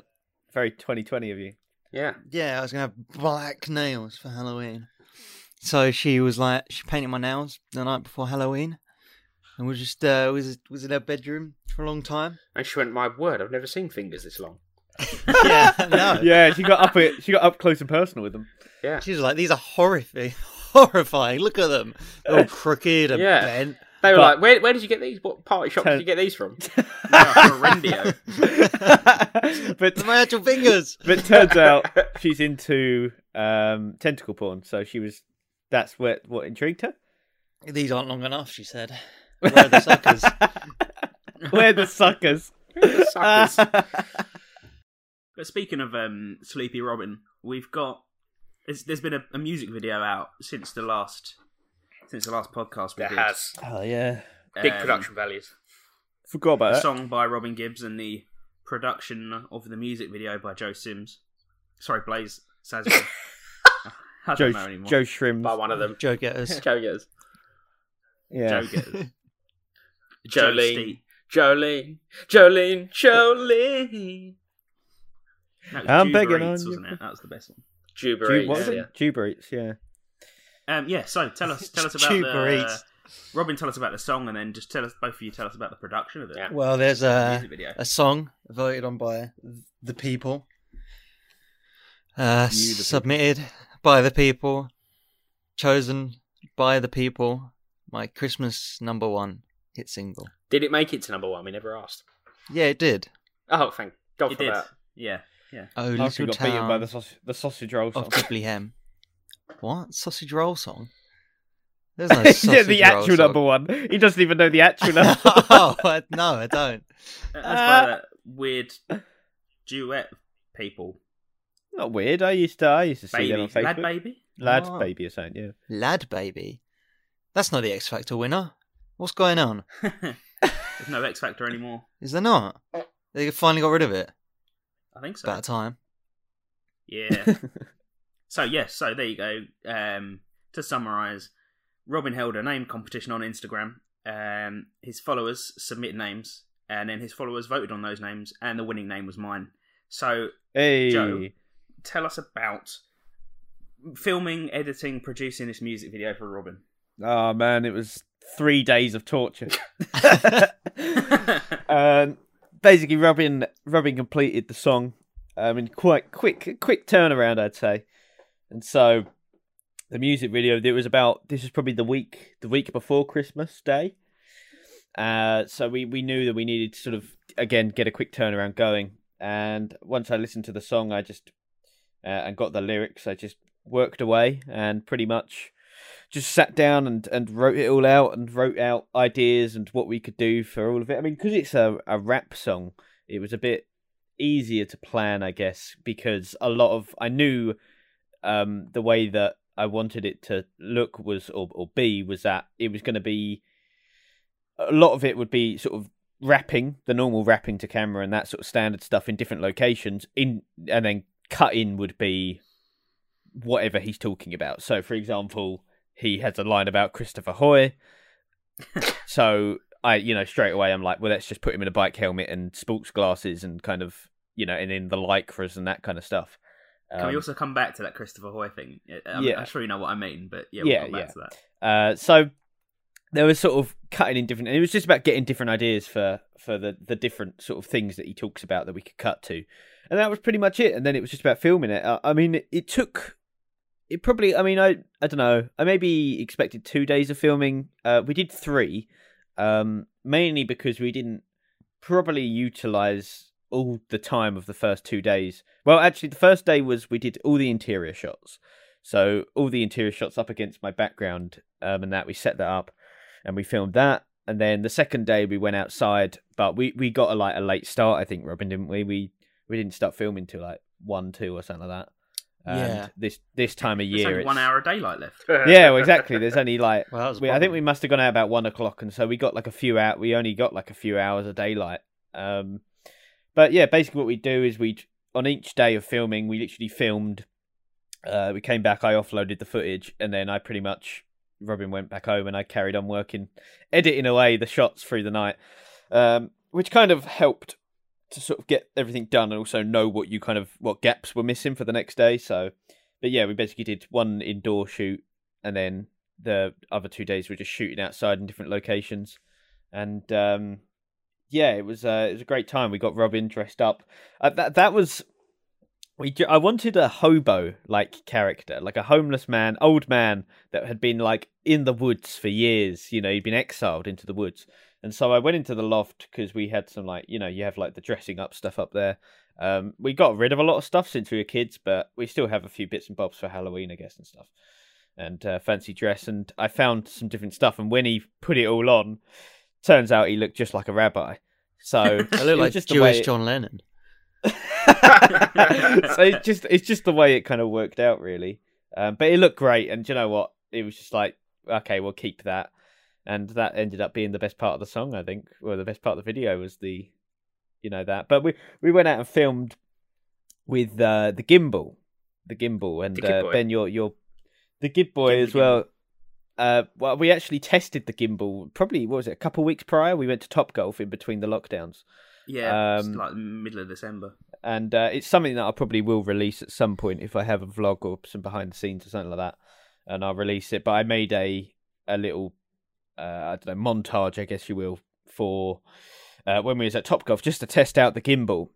Speaker 1: very 2020 of you.
Speaker 4: Yeah.
Speaker 2: yeah, I was gonna have black nails for Halloween. So she was like, she painted my nails the night before Halloween, and we just uh, was was in her bedroom for a long
Speaker 4: (laughs)
Speaker 2: time.
Speaker 4: And she went, my word, I've never seen fingers this long.
Speaker 2: yeah, no.
Speaker 1: Yeah, she got up. She got up close and personal with them.
Speaker 4: Yeah.
Speaker 2: She was like, these are horrifying, horrifying. Look at them. They're all crooked and
Speaker 4: Yeah.
Speaker 2: bent.
Speaker 4: They were
Speaker 1: But-
Speaker 4: like, where, where did you get these? What party shop did you get these
Speaker 1: (laughs)
Speaker 4: from?
Speaker 5: Yeah,
Speaker 4: (laughs)
Speaker 5: Horrendio.
Speaker 1: but
Speaker 2: (laughs) They're my actual fingers.
Speaker 1: but turns out she's into um, tentacle porn, so she was. That's what what intrigued her.
Speaker 2: These aren't long enough, she said. Where are the
Speaker 4: (laughs)
Speaker 2: suckers?
Speaker 1: We're the suckers. Ah.
Speaker 4: Suckers.
Speaker 1: (laughs)
Speaker 5: But speaking of um, Sleepy Robin, we've got it's, there's been a, a music video out since the last since the last podcast we
Speaker 4: (laughs) There
Speaker 5: did.
Speaker 4: has.
Speaker 1: oh yeah,
Speaker 4: Big
Speaker 5: Um,
Speaker 4: production values.
Speaker 1: forgot about
Speaker 5: A
Speaker 1: that.
Speaker 5: song by Robin Gibbs and the production of the music video by Joe Sims. Sorry, Blaze Sazio.
Speaker 1: (laughs)
Speaker 5: I
Speaker 1: Joe
Speaker 5: don't know anymore.
Speaker 1: Joe Shrimps.
Speaker 4: By one of (laughs) them.
Speaker 2: Joe Getters.
Speaker 4: Joe goes,
Speaker 1: yeah.
Speaker 5: Joe
Speaker 4: (laughs)
Speaker 5: Getters. Joe
Speaker 4: Jolene,
Speaker 5: Steep.
Speaker 4: Jolene, Jolene, Jolene.
Speaker 5: No, it was
Speaker 1: I'm
Speaker 5: Juba
Speaker 1: begging
Speaker 5: Eats,
Speaker 1: on you.
Speaker 5: wasn't it? That was the best one.
Speaker 1: Ju-
Speaker 4: Jubilee.
Speaker 1: what was
Speaker 4: yeah.
Speaker 1: it? Jubereats, yeah.
Speaker 5: Um, yeah, so tell
Speaker 1: (laughs)
Speaker 5: us tell us about
Speaker 2: Juba
Speaker 5: the
Speaker 2: Eats.
Speaker 5: Robin. Tell us about the song, and then just tell us both of you tell us about the production of it.
Speaker 4: Yeah. Uh,
Speaker 2: Well, there's a,
Speaker 5: music video.
Speaker 2: a song voted on by the people, uh,
Speaker 1: You, the people.
Speaker 2: submitted by the people, chosen by the people. My Christmas number one hit single.
Speaker 4: Did it make it to number one? We never asked.
Speaker 2: Yeah, it did.
Speaker 4: Oh, thank God
Speaker 5: It
Speaker 4: for
Speaker 5: did.
Speaker 4: that. (laughs)
Speaker 5: Yeah.
Speaker 2: Oh,
Speaker 1: After
Speaker 2: little
Speaker 1: we got
Speaker 2: town.
Speaker 1: beaten by the sausage, the sausage roll song. (laughs)
Speaker 2: of Bethlehem. What sausage roll song?
Speaker 1: (laughs)
Speaker 2: There's no
Speaker 1: Is it
Speaker 2: sausage
Speaker 1: the
Speaker 2: roll
Speaker 1: actual
Speaker 2: song.
Speaker 1: number one? He doesn't even know the actual (laughs) number.
Speaker 2: (laughs) oh I- no, I don't.
Speaker 5: That-
Speaker 1: Uh,
Speaker 5: That's by that weird duet people.
Speaker 1: Not weird. I used to. I used to see them on
Speaker 5: Baby.
Speaker 1: Facebook.
Speaker 5: Lad Baby?
Speaker 1: Lad's
Speaker 2: Oh.
Speaker 1: baby or something. Yeah.
Speaker 2: Lad baby, that's not the X Factor winner. What's going on?
Speaker 5: (laughs) There's no X Factor anymore.
Speaker 2: Is there not? They finally got rid of it.
Speaker 5: I think
Speaker 2: It's
Speaker 5: so.
Speaker 2: about time.
Speaker 1: (laughs)
Speaker 5: Yeah. so, yes, so there you go. Um, to summarise, Robin held a name competition on Instagram. Um, his followers submit names, and then his followers voted on those names, and the winning name was mine. So,
Speaker 1: Hey.
Speaker 5: Joe. tell us about filming, editing, producing this music video for Robin. (laughs)
Speaker 1: Oh man, it was three days of torture. (laughs) um, basically, Robin Robin completed the song um, in quite quick quick turnaround, I'd say. And so, the music video it was about this was probably the week the week before Christmas Day. Uh, so we we knew that we needed to sort of again get a quick turnaround going. And once I listened to the song, I just uh, and got the lyrics. I just worked away and pretty much just sat down and, and wrote it all out and wrote out ideas and what we could do for all of it. I mean, because it's a, a rap song, it was a bit easier to plan, I guess, because a lot of I knew um, the way that I wanted it to look was or or be was that it was going to be a lot of it would be sort of rapping the normal rapping to camera and that sort of standard stuff in different locations in and then cut in would be whatever he's talking about so for example he has a line about christopher
Speaker 5: (laughs)
Speaker 1: hoy so i you know straight away i'm like well let's just put him in a bike helmet and sports glasses and kind of you know and in the lycras and that kind of stuff
Speaker 5: Can
Speaker 1: Um,
Speaker 5: we also come back to that Christopher Hoy thing? I- I'm,
Speaker 1: Yeah.
Speaker 5: I'm sure you know what I mean, but yeah, we'll
Speaker 1: Yeah,
Speaker 5: come back
Speaker 1: yeah.
Speaker 5: to that.
Speaker 1: Uh, so there was sort of cutting in different, and it was just about getting different ideas for for the the different sort of things that he talks about that we could cut to, and that was pretty much it. And then it was just about filming it. I, I mean, it, it took. It probably, I mean, I, I don't know. I maybe expected two days of filming. Uh, we did three, um, mainly because we didn't probably utilize all the time of the first two days. Well, actually, the first day was we did all the interior shots. So all the interior shots up against my background um, and that we set that up and we filmed that. And then the second day we went outside, but we, we got a like a late start, I think, Robin, didn't we? We we didn't start filming till like one, two or something like that. And
Speaker 2: Yeah.
Speaker 1: this this time of
Speaker 5: There's
Speaker 1: year
Speaker 5: only
Speaker 1: it's
Speaker 5: one hour of daylight left.
Speaker 1: Yeah, well, exactly. There's only like
Speaker 2: Well, that was a
Speaker 1: we, I think we
Speaker 2: problem.
Speaker 1: must have gone out about one o'clock, and so we got like a few out. We only got like a few hours of daylight. Um, but yeah, basically what we do is we on each day of filming, we literally filmed. Uh, we came back, I offloaded the footage, and then I pretty much Robin went back home, and I carried on working, editing away the shots through the night, um, which kind of helped to sort of get everything done, and also know what you kind of what gaps were missing for the next day. So, but yeah, we basically did one indoor shoot, and then the other two days were just shooting outside in different locations and um yeah it was uh, it was a great time we got robin dressed up uh, that that was we ju- i wanted a hobo like character like a homeless man old man that had been like in the woods for years you know he'd been exiled into the woods and so i went into the loft because we had some like you know you have like the dressing up stuff up there um we got rid of a lot of stuff since we were kids but we still have a few bits and bobs for halloween i guess and stuff and uh, fancy dress and i found some different stuff and when he put it all on turns out he looked just like a rabbi so
Speaker 2: (laughs) I
Speaker 1: it was
Speaker 2: look like
Speaker 1: just the way
Speaker 2: Jewish
Speaker 1: it-
Speaker 2: John Lennon.
Speaker 1: (laughs) so
Speaker 4: (laughs)
Speaker 1: it's just it's just the way it kind of worked out really um, but it looked great and do you know what it was just like okay we'll keep that and that ended up being the best part of the song i think well the best part of the video was the you know that but we we went out and filmed with uh the gimbal the gimbal and
Speaker 4: The Gib
Speaker 1: uh,
Speaker 4: Boy.
Speaker 1: ben your your the gib boy
Speaker 5: Gib-
Speaker 1: as well uh, well, we actually tested the gimbal probably what was it a couple weeks prior. We went to Top Golf in between the lockdowns,
Speaker 5: Yeah, it's
Speaker 1: Um,
Speaker 5: like middle of December.
Speaker 1: and uh, it's something that I probably will release at some point if I have a vlog or some behind the scenes or something like that, and I'll release it. But I made a a little uh, I don't know montage, I guess you will, for uh, when we was at Topgolf just to test out the gimbal.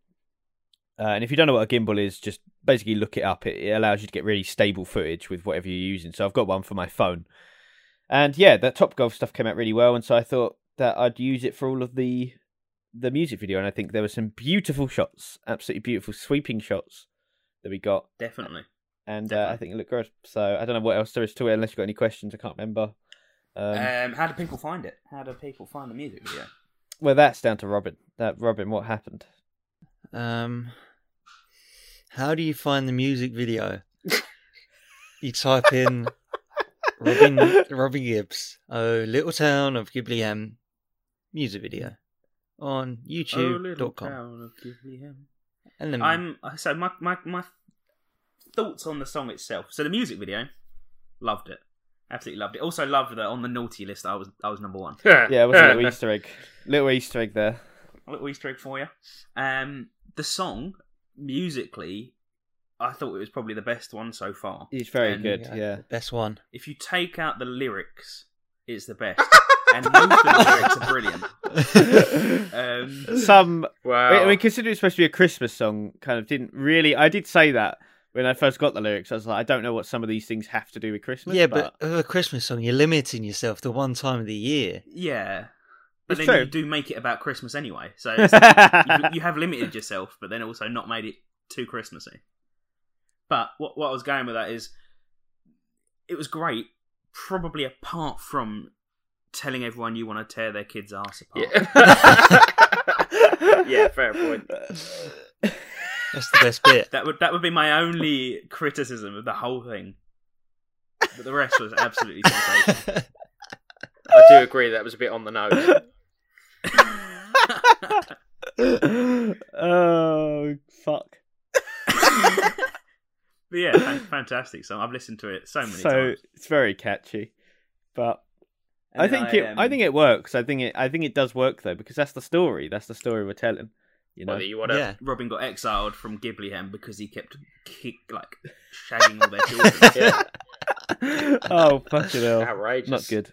Speaker 1: Uh, and if you don't know what a gimbal is, just basically look it up. It, it allows you to get really stable footage with whatever you're using. So I've got one for my phone, and yeah, that Topgolf stuff came out really well, and so I thought that I'd use it for all of the the music video, and I think there were some beautiful shots, absolutely beautiful sweeping shots that we got,
Speaker 5: Definitely.
Speaker 1: and uh,
Speaker 5: Definitely.
Speaker 1: I think it looked good. So I don't know what else there is to it, unless you've got any questions. I can't remember. Um,
Speaker 5: Um, how do people find it? How do people find the music video?
Speaker 1: well, that's down to Robin. That Robin, what happened?
Speaker 2: Um, how do you find the music (laughs) video? you type in Robin Robin Gibbs, oh little town of Ghibli M, music video on Oh, YouTube.com. and then
Speaker 5: I'm so my my my thoughts on the song itself. So the music video, loved it, absolutely loved it. Also loved that on the naughty list, I was I was number one.
Speaker 4: (laughs)
Speaker 1: Yeah, it was a little Easter egg. Little Easter egg there.
Speaker 5: A little Easter egg for you. Um, the song musically, I thought it was probably the best one so far.
Speaker 1: He's very
Speaker 5: And
Speaker 1: good. Yeah.
Speaker 2: the best one. (laughs)
Speaker 5: If you take out the lyrics, it's the best, and most of the lyrics are brilliant. Um,
Speaker 1: Some
Speaker 4: Wow.
Speaker 1: I mean, considering it's supposed to be a Christmas song, kind of didn't really. I did say that when I first got the lyrics. I was like, I don't know what some of these things have to do with Christmas.
Speaker 2: Yeah, but with a Christmas song, you're limiting yourself to one time of the year.
Speaker 5: yeah. But
Speaker 1: It's
Speaker 5: then
Speaker 1: true.
Speaker 5: you do make it about Christmas anyway, so
Speaker 1: (laughs)
Speaker 5: it's you, you have limited yourself, but then also not made it too Christmassy. But what what I was going with that is, it was great probably apart from telling everyone you want to tear their kids' ass apart.
Speaker 4: (laughs)
Speaker 5: (laughs)
Speaker 1: Oh.
Speaker 2: (laughs)
Speaker 4: Yeah. yeah, fair point.
Speaker 2: That's the best (laughs) bit.
Speaker 5: That would that would be my only criticism of the whole thing. But the rest was absolutely
Speaker 2: (laughs)
Speaker 5: sensational.
Speaker 4: I do agree that was a bit on the nose.
Speaker 1: (laughs) oh fuck!
Speaker 5: But yeah, fan- fantastic song. I've listened to it so many
Speaker 1: So
Speaker 5: times.
Speaker 1: it's very catchy, but I
Speaker 5: And
Speaker 1: think it.
Speaker 5: um,
Speaker 1: I think it works. I think it. I think it does work though because that's the story. That's the story we're telling. You know.
Speaker 4: Whether you want to
Speaker 2: yeah.
Speaker 5: Robin got exiled from Ghiblihem because he kept kick, like shagging all their children.
Speaker 1: (laughs)
Speaker 4: Yeah.
Speaker 1: oh fucking hell!
Speaker 4: outrageous.
Speaker 1: Not good.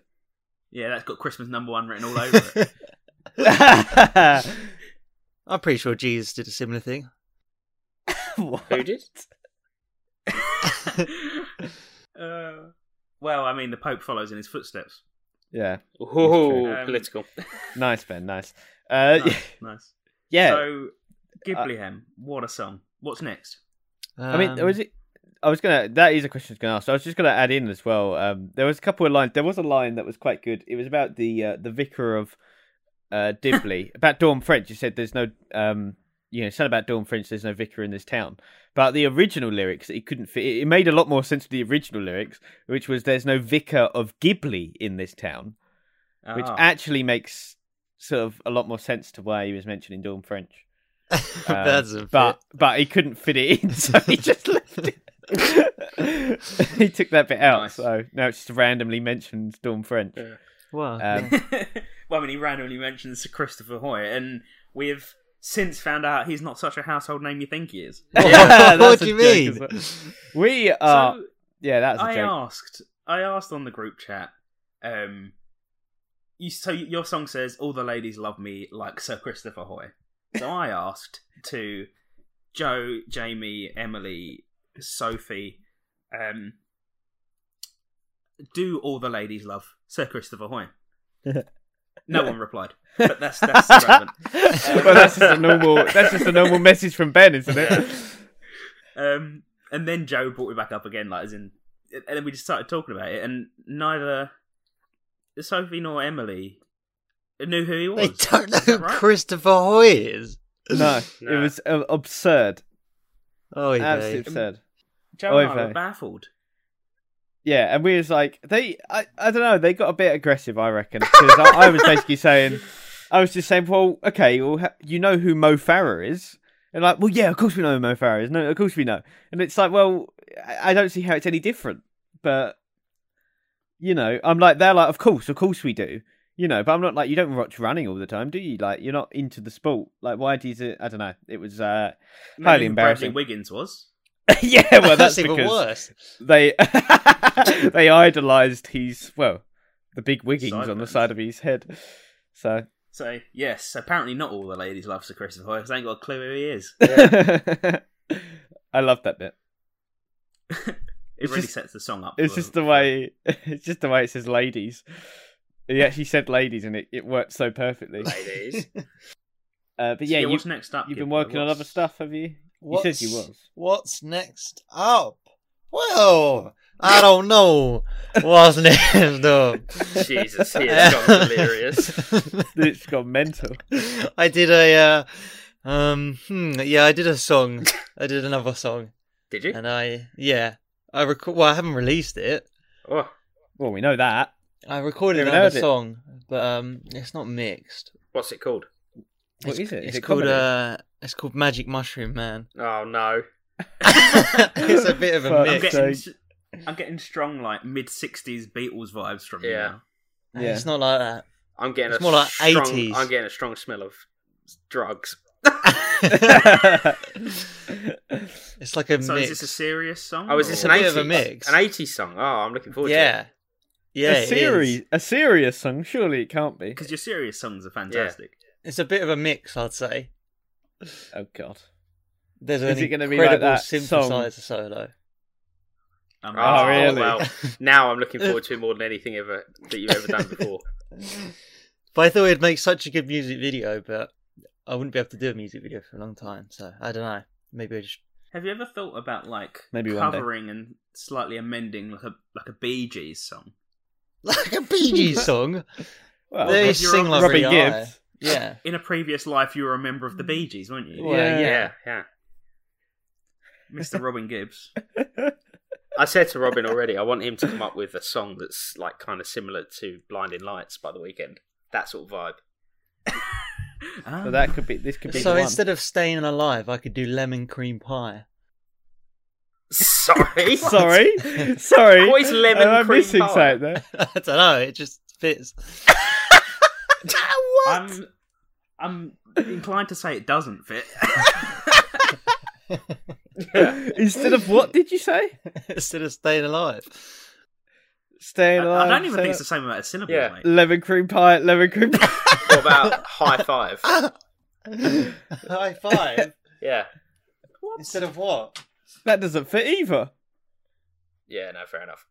Speaker 5: yeah, that's got Christmas number one written all over
Speaker 1: (laughs)
Speaker 5: it.
Speaker 2: I'm pretty sure Jesus did a similar thing.
Speaker 4: Who did?
Speaker 5: Uh, well, I mean, the Pope follows in his footsteps.
Speaker 1: yeah.
Speaker 4: Ooh,
Speaker 2: (laughs)
Speaker 5: Um,
Speaker 4: political.
Speaker 1: Nice, Ben. Nice. Uh,
Speaker 5: Nice, nice.
Speaker 1: (laughs) yeah. Uh,
Speaker 5: So, Ghiblihem, what a song. What's next?
Speaker 1: I mean,
Speaker 2: Um,
Speaker 1: was it? I was gonna. That is a question I was gonna ask. I was just gonna add in as well. Um, there was a couple of lines. There was a line that was quite good. It was about the uh, the vicar of uh, Dibley, about Dawn French. You said there's no um, you know, said about Dawn French. There's no vicar in this town. But the original lyrics, it couldn't fit. It it made a lot more sense to the original lyrics, which was there's no vicar of Ghibli in this town, which
Speaker 5: Ah.
Speaker 1: actually makes sort of a lot more sense to why he was mentioning Dawn French. Um,
Speaker 2: (laughs) that's a
Speaker 1: but but he couldn't fit it in, so
Speaker 5: (laughs)
Speaker 1: he just left it. (laughs) he took that bit out,
Speaker 5: Nice.
Speaker 1: so now it's just randomly mentioned Dawn French.
Speaker 2: (laughs)
Speaker 1: (laughs)
Speaker 2: Wow.
Speaker 1: Um,
Speaker 5: (laughs) well, I mean, he randomly mentions Sir Christopher Hoy, and we have since found out he's not such a household name you think he is.
Speaker 1: that's
Speaker 2: what
Speaker 1: a
Speaker 2: do you
Speaker 1: joke
Speaker 2: mean?
Speaker 1: as we are
Speaker 5: so
Speaker 1: yeah, that's a (laughs)
Speaker 5: I
Speaker 1: joke.
Speaker 5: asked, I asked on the group chat. Um, you so your song says all the ladies love me like Sir Christopher Hoy.
Speaker 1: (laughs)
Speaker 5: So I asked to Joe, Jamie, Emily, Sophie, um, do all the ladies love Sir
Speaker 1: (laughs)
Speaker 5: Christopher Hoy? No one replied, but that's
Speaker 1: (laughs)
Speaker 5: that's relevant. Uh,
Speaker 1: well, that's just a normal. That's just a normal message from Ben, isn't
Speaker 5: (laughs)
Speaker 1: it?
Speaker 5: Um, and then Joe brought me back up again, like as in, and then we just started talking about it, and neither Sophie nor Emily knew who he was.
Speaker 2: They don't know who
Speaker 5: that right?
Speaker 2: Christopher Hoy is.
Speaker 1: No, it
Speaker 4: No.
Speaker 1: was uh, absurd,
Speaker 2: (laughs) Oh,
Speaker 1: absolutely
Speaker 2: yeah. (laughs)
Speaker 1: absurd.
Speaker 5: Joe and
Speaker 1: Oy
Speaker 5: I
Speaker 1: vey.
Speaker 5: were baffled.
Speaker 1: Yeah, and we was like, they, I, I don't know, they got a bit aggressive, I reckon, because I, I was basically saying, I was just saying, well, okay, well, ha- you know who Mo Farah is, and like, well, yeah, of course we know who Mo Farah is, no, of course we know, and it's like, well, I, I don't see how it's any different, but you know, I'm like, they're like, of course, of course we do, you know, but I'm not like, you don't watch running all the time, do you? Like, you're not into the sport, like, why do you? I don't know, it was uh, (laughs)
Speaker 5: Maybe
Speaker 1: highly
Speaker 5: who
Speaker 1: embarrassing.
Speaker 5: Bradley Wiggins was.
Speaker 1: yeah,
Speaker 2: (laughs)
Speaker 1: well, that's,
Speaker 2: even
Speaker 1: because
Speaker 2: worse.
Speaker 1: they (laughs) they idolized his well the big wiggings
Speaker 5: Side
Speaker 1: on the
Speaker 5: bands.
Speaker 1: side of his head so
Speaker 5: So yes, apparently not all the ladies love Sir Christopher Hoy because they ain't got a clue who he is.
Speaker 1: (laughs) i love that bit
Speaker 5: It
Speaker 1: It's
Speaker 5: really
Speaker 1: just-
Speaker 5: sets the song up.
Speaker 1: it's
Speaker 5: for-
Speaker 1: just the way (laughs) it's just the way it says ladies he actually said ladies and it, it worked so perfectly
Speaker 2: (laughs)
Speaker 4: Ladies.
Speaker 1: uh, but
Speaker 5: So
Speaker 1: yeah, you,
Speaker 5: what's next up?
Speaker 1: you've
Speaker 5: Gib?
Speaker 1: been working on
Speaker 5: What's-
Speaker 1: other stuff have you you said you
Speaker 2: What's-
Speaker 1: was
Speaker 2: What's next up? Well, I don't know what's (laughs) next up.
Speaker 4: Jesus, he
Speaker 2: (laughs)
Speaker 4: has gone delirious.
Speaker 1: it's gone mental
Speaker 2: I did a, uh, um, hmm, yeah, I did a song. I did another song,
Speaker 4: Did you?
Speaker 2: and I, yeah, I record. Well, I haven't released it.
Speaker 4: Oh,
Speaker 1: well we know that
Speaker 2: I recorded
Speaker 1: Haven't
Speaker 2: another
Speaker 1: heard it.
Speaker 2: song, but um, it's not mixed.
Speaker 4: what's it called?
Speaker 1: What
Speaker 2: it's,
Speaker 1: is it? Is
Speaker 2: It's
Speaker 1: it
Speaker 2: called
Speaker 1: comedy?
Speaker 2: uh, it's called Magic
Speaker 1: (laughs)
Speaker 2: Mushroom Man. (laughs)
Speaker 4: Oh no.
Speaker 2: it's a bit of a
Speaker 1: Fuck.
Speaker 5: I'm
Speaker 2: mix.
Speaker 1: Okay.
Speaker 5: getting, I'm getting strong like mid '60s Beatles vibes from you
Speaker 4: Yeah.
Speaker 5: now.
Speaker 1: Yeah.
Speaker 2: It's not like that.
Speaker 4: I'm getting
Speaker 2: It's
Speaker 4: a
Speaker 2: more like
Speaker 4: strong,
Speaker 2: 80s.
Speaker 4: I'm getting a strong smell of drugs.
Speaker 1: (laughs)
Speaker 2: it's like a
Speaker 5: So
Speaker 2: mix.
Speaker 5: is this a serious song?
Speaker 4: Oh, is this
Speaker 5: or-
Speaker 4: an
Speaker 2: A bit
Speaker 4: 80s?
Speaker 2: of a mix.
Speaker 4: An 80s song. Oh, I'm looking forward to
Speaker 2: yeah,
Speaker 4: it.
Speaker 2: yeah.
Speaker 1: a
Speaker 2: it is.
Speaker 1: serious a serious song surely it can't be
Speaker 5: Because your serious songs are fantastic.
Speaker 2: It's a bit of a mix, I'd say.
Speaker 1: oh god
Speaker 2: There's an
Speaker 1: Is it gonna
Speaker 2: incredible
Speaker 1: be like that song?
Speaker 2: synthesizer solo.
Speaker 5: Um,
Speaker 1: Oh, really?
Speaker 2: (laughs)
Speaker 4: Well, now I'm looking forward to it more than anything ever that you've
Speaker 2: (laughs)
Speaker 4: ever done before.
Speaker 2: But I thought it'd make such a good music video, but I wouldn't be able to do a music video for a long time. So I don't know. Maybe I just
Speaker 5: Have you ever thought about like
Speaker 1: Maybe one day.
Speaker 5: covering and slightly amending like a like a Bee Gees song?
Speaker 2: like a Bee Gees song.
Speaker 1: Well,
Speaker 2: they
Speaker 5: you're
Speaker 2: sing
Speaker 5: a
Speaker 2: like
Speaker 1: Robbie
Speaker 2: they are.
Speaker 1: Gibbs.
Speaker 2: Yeah.
Speaker 5: In a previous life, you were a member of the Bee Gees, weren't you?
Speaker 2: Well, yeah.
Speaker 4: yeah, yeah.
Speaker 1: (laughs)
Speaker 5: Mr. Robin Gibbs.
Speaker 4: I said to Robin already, I want him to come up with a song that's like kind of similar to Blinding Lights by the weekend. That sort of vibe.
Speaker 5: Ah.
Speaker 1: So that could be. This could be.
Speaker 2: So
Speaker 1: the
Speaker 2: instead of staying alive, I could do lemon cream pie. (laughs)
Speaker 4: Sorry.
Speaker 1: one. (laughs) (laughs) sorry, sorry.
Speaker 4: What is lemon
Speaker 1: Am I
Speaker 4: cream
Speaker 1: missing
Speaker 4: pie?
Speaker 1: something
Speaker 2: (laughs)
Speaker 1: there?
Speaker 2: I don't know. It just fits. (laughs)
Speaker 5: I'm, I'm inclined to say it doesn't
Speaker 1: (laughs)
Speaker 5: fit.
Speaker 1: (laughs) Instead of what did you say?
Speaker 2: instead of staying alive.
Speaker 1: Staying
Speaker 5: I,
Speaker 1: alive.
Speaker 5: (laughs) I don't even
Speaker 1: say
Speaker 5: think it's
Speaker 1: that.
Speaker 5: the same amount of syllables,
Speaker 4: Yeah.
Speaker 5: mate.
Speaker 1: Lemon cream pie. Lemon cream pie. (laughs)
Speaker 4: What about high five?
Speaker 2: High five.
Speaker 4: Yeah.
Speaker 2: (laughs) instead of what?
Speaker 1: that doesn't fit either. (laughs)
Speaker 4: Yeah, no, fair enough.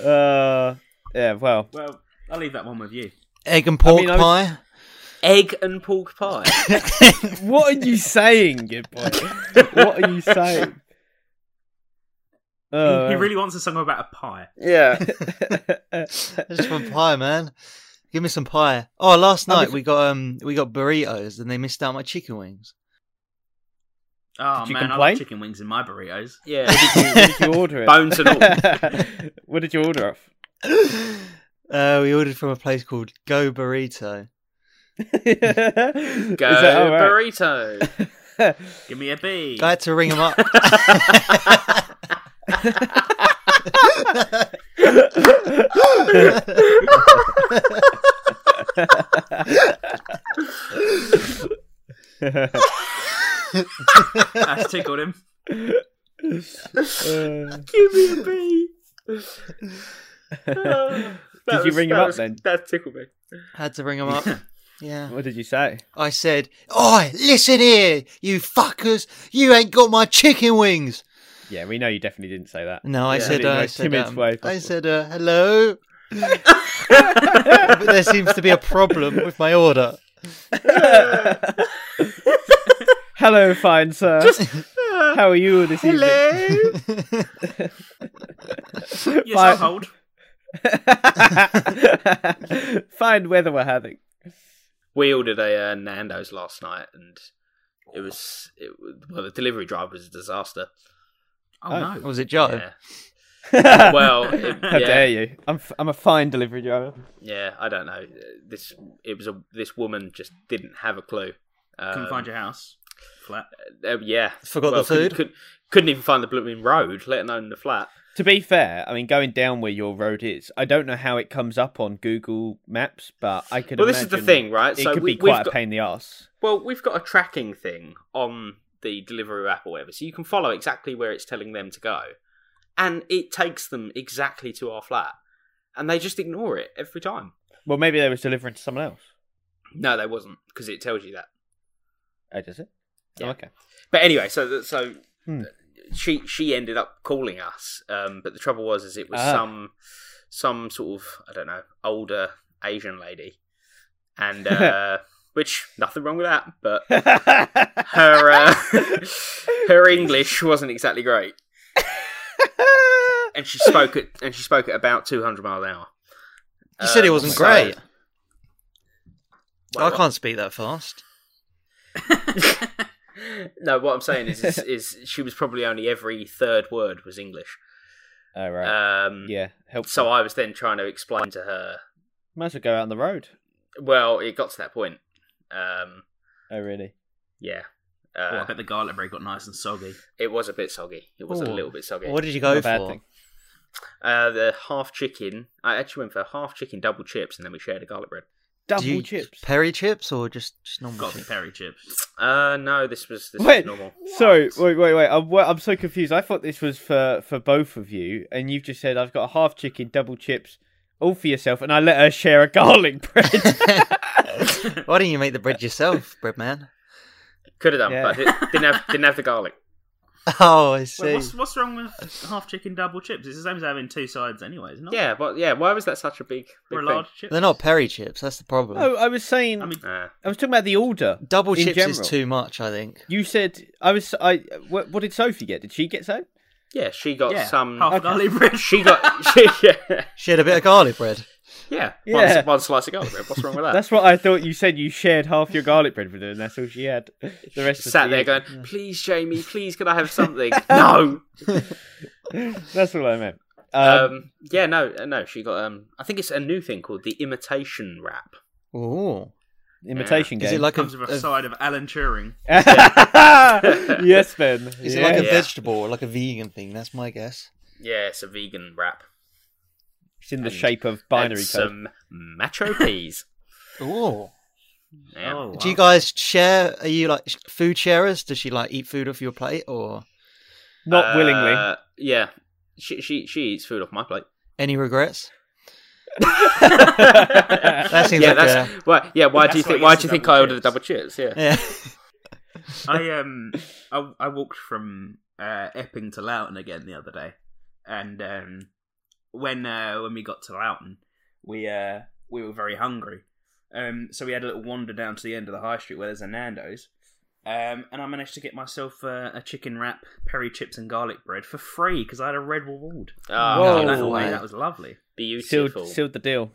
Speaker 1: uh, yeah. Well,
Speaker 5: Well, I'll leave that one with you.
Speaker 2: Egg and pork
Speaker 1: mean, I was-
Speaker 2: pie.
Speaker 4: Egg and pork pie.
Speaker 2: (laughs)
Speaker 1: (laughs) what are you saying, good boy? what are you saying?
Speaker 5: He-
Speaker 1: Oh,
Speaker 5: (laughs) he really wants a song about a pie.
Speaker 1: (laughs)
Speaker 4: yeah.
Speaker 2: I just want pie, man. Give me some pie. Oh, last night we got um we got burritos and they missed out my chicken wings. (laughs)
Speaker 5: Oh
Speaker 1: Did you
Speaker 5: man, I
Speaker 1: complain?
Speaker 5: like chicken wings in my burritos.
Speaker 4: Yeah.
Speaker 1: did you order it?
Speaker 4: Bones and all.
Speaker 1: (laughs) what did you order off?
Speaker 2: uh, we ordered from a place called Go Burrito.
Speaker 1: (laughs) Is
Speaker 4: Go
Speaker 1: that all right?
Speaker 4: burrito.
Speaker 1: (laughs)
Speaker 5: (laughs) Give me a bee.
Speaker 2: I had to ring them up.
Speaker 5: That's
Speaker 1: (laughs)
Speaker 5: tickled him.
Speaker 4: Give me a bee. Oh, (laughs) that
Speaker 1: Did you ring him
Speaker 4: that
Speaker 1: up then?
Speaker 4: That tickled me.
Speaker 2: had to ring
Speaker 1: (laughs)
Speaker 2: them up. Yeah.
Speaker 1: what did you say?
Speaker 2: I said, Oi, listen here, you fuckers. You ain't got my chicken wings.
Speaker 1: Yeah, we know you definitely didn't say that.
Speaker 2: No, I
Speaker 4: Yeah.
Speaker 2: said,
Speaker 1: In the
Speaker 2: uh, I
Speaker 1: most
Speaker 2: said,
Speaker 1: timid
Speaker 2: um,
Speaker 1: way
Speaker 2: I
Speaker 1: possible.
Speaker 2: said, uh, hello. but there seems to be a problem with my order.
Speaker 1: (laughs) Hello, fine sir. How are you this evening?
Speaker 5: Yes,
Speaker 1: Bye.
Speaker 5: I'll hold.
Speaker 1: (laughs) fine weather we're having.
Speaker 4: we ordered a uh, Nando's last night, and it was it was- well the delivery driver was a disaster.
Speaker 5: Oh,
Speaker 1: Oh.
Speaker 5: no.
Speaker 2: (laughs) Was it Joe?
Speaker 4: Yeah. well, it-
Speaker 1: (laughs) How
Speaker 4: yeah,
Speaker 1: dare you? I'm f- I'm a fine delivery driver.
Speaker 4: yeah, I don't know. This it was a this woman just didn't have a clue. Um,
Speaker 5: Couldn't find your house. Flat.
Speaker 4: uh, yeah,
Speaker 2: Forgot
Speaker 4: Well,
Speaker 2: the
Speaker 4: couldn't-
Speaker 2: food.
Speaker 4: Couldn't, couldn't even find the blooming road, let alone the flat.
Speaker 1: To be fair, I mean going down where your road is, I don't know how it comes up on Google Maps, but I could.
Speaker 4: Well, this is the
Speaker 1: imagine
Speaker 4: thing, right?
Speaker 1: It
Speaker 4: So
Speaker 1: could
Speaker 4: we-
Speaker 1: be quite
Speaker 4: we've
Speaker 1: a
Speaker 4: got-
Speaker 1: pain in the ass.
Speaker 4: Well, we've got a tracking thing on the delivery app or whatever, so you can follow exactly where it's telling them to go, and it takes them exactly to our flat, and they just ignore it every time.
Speaker 1: Well, maybe they was delivering to someone else.
Speaker 4: No, they wasn't because it tells you that.
Speaker 1: Oh, does it? Oh,
Speaker 4: Yeah.
Speaker 1: okay. (laughs)
Speaker 4: But anyway, so th- so
Speaker 1: Hmm.
Speaker 4: she she ended up calling us. Um, but the trouble was, is it was
Speaker 1: Ah.
Speaker 4: some some sort of I don't know older Asian lady,
Speaker 2: (laughs)
Speaker 4: and uh, which nothing wrong with that, but her uh, (laughs) her English wasn't exactly great, and she spoke at and she spoke at about two hundred miles an hour.
Speaker 2: You said
Speaker 1: uh,
Speaker 2: it
Speaker 4: Um,
Speaker 2: wasn't
Speaker 4: so-
Speaker 2: great.
Speaker 4: Well,
Speaker 2: I can't speak that fast.
Speaker 4: (laughs) No, what I'm saying is, is, is she was probably only every third word was English.
Speaker 1: All Oh, right.
Speaker 4: Um,
Speaker 1: yeah. Help.
Speaker 4: So I was then trying to explain to her.
Speaker 1: might as well go out on the road.
Speaker 4: Well, it got to that point. Um,
Speaker 1: Oh, really?
Speaker 4: yeah,
Speaker 5: Oh, I
Speaker 4: uh,
Speaker 5: bet the garlic bread got nice and soggy.
Speaker 4: it was a bit soggy. It was a
Speaker 2: Ooh.
Speaker 4: little bit soggy.
Speaker 2: What did you
Speaker 1: Not
Speaker 2: go
Speaker 1: a bad
Speaker 2: for?
Speaker 1: thing.
Speaker 4: Uh, the half chicken. I actually went for half chicken double chips, and then we shared a garlic bread.
Speaker 1: Double
Speaker 2: Do you-
Speaker 1: chips.
Speaker 2: Perry chips or just, just normal
Speaker 5: Got to be
Speaker 2: chips?
Speaker 5: peri
Speaker 4: (laughs)
Speaker 5: chips.
Speaker 4: Uh, no, this was this
Speaker 1: Wait,
Speaker 4: was normal.
Speaker 1: Sorry, wait, wait, wait. I'm, wa- I'm so confused. I thought this was for for both of you, and you've just said I've got a half chicken, double chips, all for yourself, and I let her share a (laughs) garlic bread.
Speaker 4: (laughs)
Speaker 2: Why don't you make the bread yourself, bread man?
Speaker 4: Could have done,
Speaker 1: Yeah.
Speaker 4: but it didn't have didn't have the garlic.
Speaker 2: Oh, I see.
Speaker 5: Wait, what's, what's wrong with half chicken double chips? It's the same as having two sides anyway, isn't it?
Speaker 4: Yeah, but yeah, why was that such a big, big
Speaker 5: Or a
Speaker 4: thing?
Speaker 5: large chip.
Speaker 2: They're not Perry chips. That's the problem.
Speaker 1: no, I was saying,
Speaker 5: I
Speaker 1: I,
Speaker 5: mean,
Speaker 4: Uh,
Speaker 1: was talking about the order.
Speaker 2: Double
Speaker 1: Oh, in
Speaker 2: chips is
Speaker 1: general.
Speaker 2: too much, I think.
Speaker 1: You said I was. I what, what did Sophie get? Did she get so?
Speaker 4: Yeah, she got
Speaker 5: yeah,
Speaker 4: some.
Speaker 5: half a
Speaker 2: Okay.
Speaker 5: garlic bread. (laughs)
Speaker 4: (laughs) She got. (laughs) She, yeah,
Speaker 2: She had a bit of garlic bread.
Speaker 4: yeah.
Speaker 1: Yeah.
Speaker 4: One, one slice of garlic bread. What's wrong with that?
Speaker 1: That's what I thought you said. You shared half your garlic bread with her, and that's all she had. (laughs) The rest was
Speaker 4: Sat
Speaker 1: for
Speaker 4: there
Speaker 1: you.
Speaker 4: going, please, Jamie, please, can I have something? no.
Speaker 1: (laughs) That's all I meant.
Speaker 4: Um,
Speaker 1: Um,
Speaker 4: yeah, no, no. She got. Um, I think it's a new thing called the imitation rap.
Speaker 2: Ooh.
Speaker 1: imitation
Speaker 2: Is
Speaker 1: game. (laughs)
Speaker 2: it like a,
Speaker 5: Comes with a
Speaker 2: a-
Speaker 5: side of Alan Turing.
Speaker 1: yes, Ben.
Speaker 2: is
Speaker 1: yeah.
Speaker 2: it like a
Speaker 4: Yeah.
Speaker 2: vegetable or like a vegan thing? That's my guess.
Speaker 4: Yeah, it's a vegan rap.
Speaker 1: it's in the shape of binary code.
Speaker 4: and some
Speaker 1: (laughs)
Speaker 4: macho peas.
Speaker 2: Ooh.
Speaker 4: Yeah.
Speaker 1: Oh.
Speaker 2: Do you guys share? Are you like sh- food sharers? Does she like eat food off your plate or
Speaker 1: Not
Speaker 4: (laughs)
Speaker 1: willingly.
Speaker 4: Uh, yeah, she she she eats food off my
Speaker 1: (laughs)
Speaker 4: plate.
Speaker 2: any regrets?
Speaker 1: that
Speaker 2: That seems
Speaker 4: yeah,
Speaker 2: like
Speaker 4: that's why. Yeah, why do you
Speaker 5: That's why
Speaker 4: think
Speaker 5: he
Speaker 4: why
Speaker 5: has
Speaker 4: do you
Speaker 5: the
Speaker 4: think
Speaker 5: double
Speaker 4: I ordered
Speaker 5: chips.
Speaker 4: double chips? Yeah,
Speaker 2: a, yeah.
Speaker 1: (laughs)
Speaker 2: (laughs)
Speaker 5: I um I, I walked from uh, Epping to Loughton again the other day, and um, when uh, when we got to Loughton, we uh, we were very hungry, um, so we had a little wander down to the end of the high street where there's a Nando's, um, and I managed to get myself uh, a chicken wrap, peri chips, and garlic bread for free because I had a red reward.
Speaker 4: Ah,
Speaker 1: Whoa.
Speaker 5: Oh, that,
Speaker 2: no
Speaker 5: way,
Speaker 2: way.
Speaker 5: that was lovely.
Speaker 4: beautiful.
Speaker 1: sealed, sealed the deal.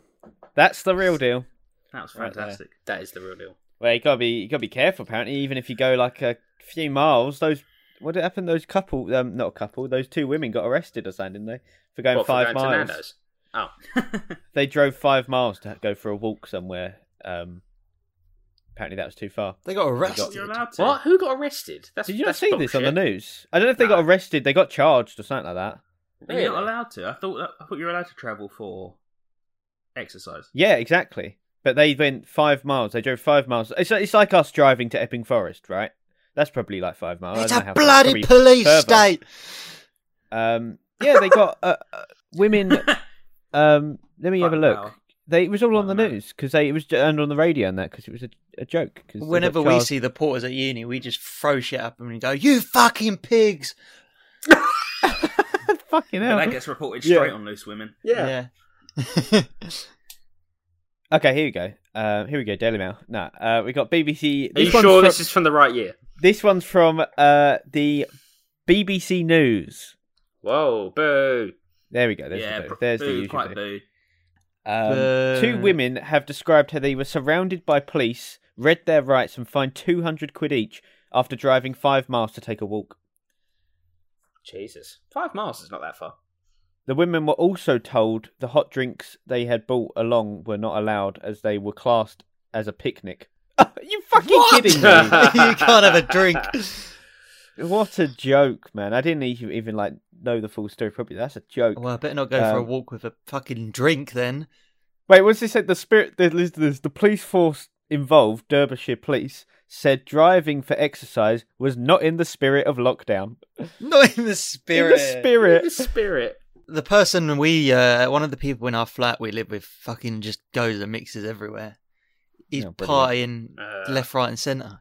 Speaker 1: That's the real deal.
Speaker 5: That was
Speaker 1: Right there.
Speaker 5: fantastic.
Speaker 4: That is the real deal.
Speaker 1: Well, you gotta be you gotta be careful. Apparently, even if you go like a few miles, those what did happen? Those couple, um, not a couple, those two women got arrested or something, didn't they? For going
Speaker 4: What, for
Speaker 1: five
Speaker 4: going to
Speaker 1: miles.
Speaker 4: Nando's? Oh,
Speaker 1: They drove five miles to go for a walk somewhere. Um, apparently, that was too far.
Speaker 2: They got arrested.
Speaker 5: You're allowed to.
Speaker 4: what? Who got arrested? That's
Speaker 1: Did you not
Speaker 4: that's
Speaker 1: see this on the
Speaker 4: bullshit.
Speaker 1: news? I don't know if they
Speaker 4: No.
Speaker 1: got arrested. They got charged or something like that.
Speaker 5: You're not
Speaker 4: Really?
Speaker 5: allowed to. I thought that, I thought you were allowed to travel for exercise.
Speaker 1: Yeah, exactly. But they went five miles. They drove five miles. It's it's like us driving to Epping Forest, right? That's probably like five miles. I
Speaker 2: It's
Speaker 1: don't
Speaker 2: a
Speaker 1: know how far, probably
Speaker 2: bloody police
Speaker 1: further.
Speaker 2: state.
Speaker 1: Um, yeah, they got uh, uh, women. Um, let me have a
Speaker 5: Fucking
Speaker 1: look.
Speaker 5: hell.
Speaker 1: They it was all on the
Speaker 5: Fucking hell.
Speaker 1: news because they it was j- and on the radio and that because it was a, a joke. 'cause they got
Speaker 2: Whenever we
Speaker 1: charged-
Speaker 2: see the porters at uni, we just throw shit up and we go, "You fucking pigs!"
Speaker 1: (laughs) fucking
Speaker 5: But
Speaker 1: hell.
Speaker 5: that gets reported
Speaker 1: Yeah.
Speaker 5: straight on Loose Women.
Speaker 4: Yeah.
Speaker 1: (laughs)
Speaker 2: Yeah. Um,
Speaker 1: Okay, here we go. Um, here we go. Daily Mail. No, uh, we got BBC.
Speaker 4: Are you
Speaker 1: one's
Speaker 4: sure
Speaker 1: from,
Speaker 4: this is from the right year?
Speaker 1: this one's from uh the BBC News.
Speaker 4: Whoa, boo!
Speaker 1: There we go. There's
Speaker 5: yeah,
Speaker 1: the,
Speaker 5: br-
Speaker 1: boo. there's the
Speaker 5: boo,
Speaker 1: usual
Speaker 5: quite
Speaker 1: boo.
Speaker 5: boo.
Speaker 1: Um, two
Speaker 2: Boo.
Speaker 1: women have described how they were surrounded by police, read their rights, and fined 200 quid each after driving five miles to take a walk.
Speaker 4: Jesus, five miles is not that far.
Speaker 1: The women were also told the hot drinks they had bought along were not allowed as they were classed as a picnic. you (laughs) fucking kidding me?
Speaker 2: (laughs) you can't have a drink.
Speaker 1: (laughs) what a joke, man. I didn't even, even like know the full story properly. That's a joke.
Speaker 2: Well, I better not go for a
Speaker 1: Um,
Speaker 2: walk with a fucking drink then.
Speaker 1: Wait, what's this? said? The spirit, the, the, the, the police force involved, Derbyshire Police, said driving for exercise was not in the spirit of lockdown.
Speaker 2: Not in the
Speaker 1: In
Speaker 2: spirit.
Speaker 1: the spirit.
Speaker 5: (laughs)
Speaker 4: Spirit.
Speaker 2: The person we, uh, one of the people in our flat we live with, fucking just goes and mixes everywhere. He's
Speaker 1: Oh,
Speaker 2: partying
Speaker 1: brilliant.
Speaker 4: Uh,
Speaker 2: left, right, and centre.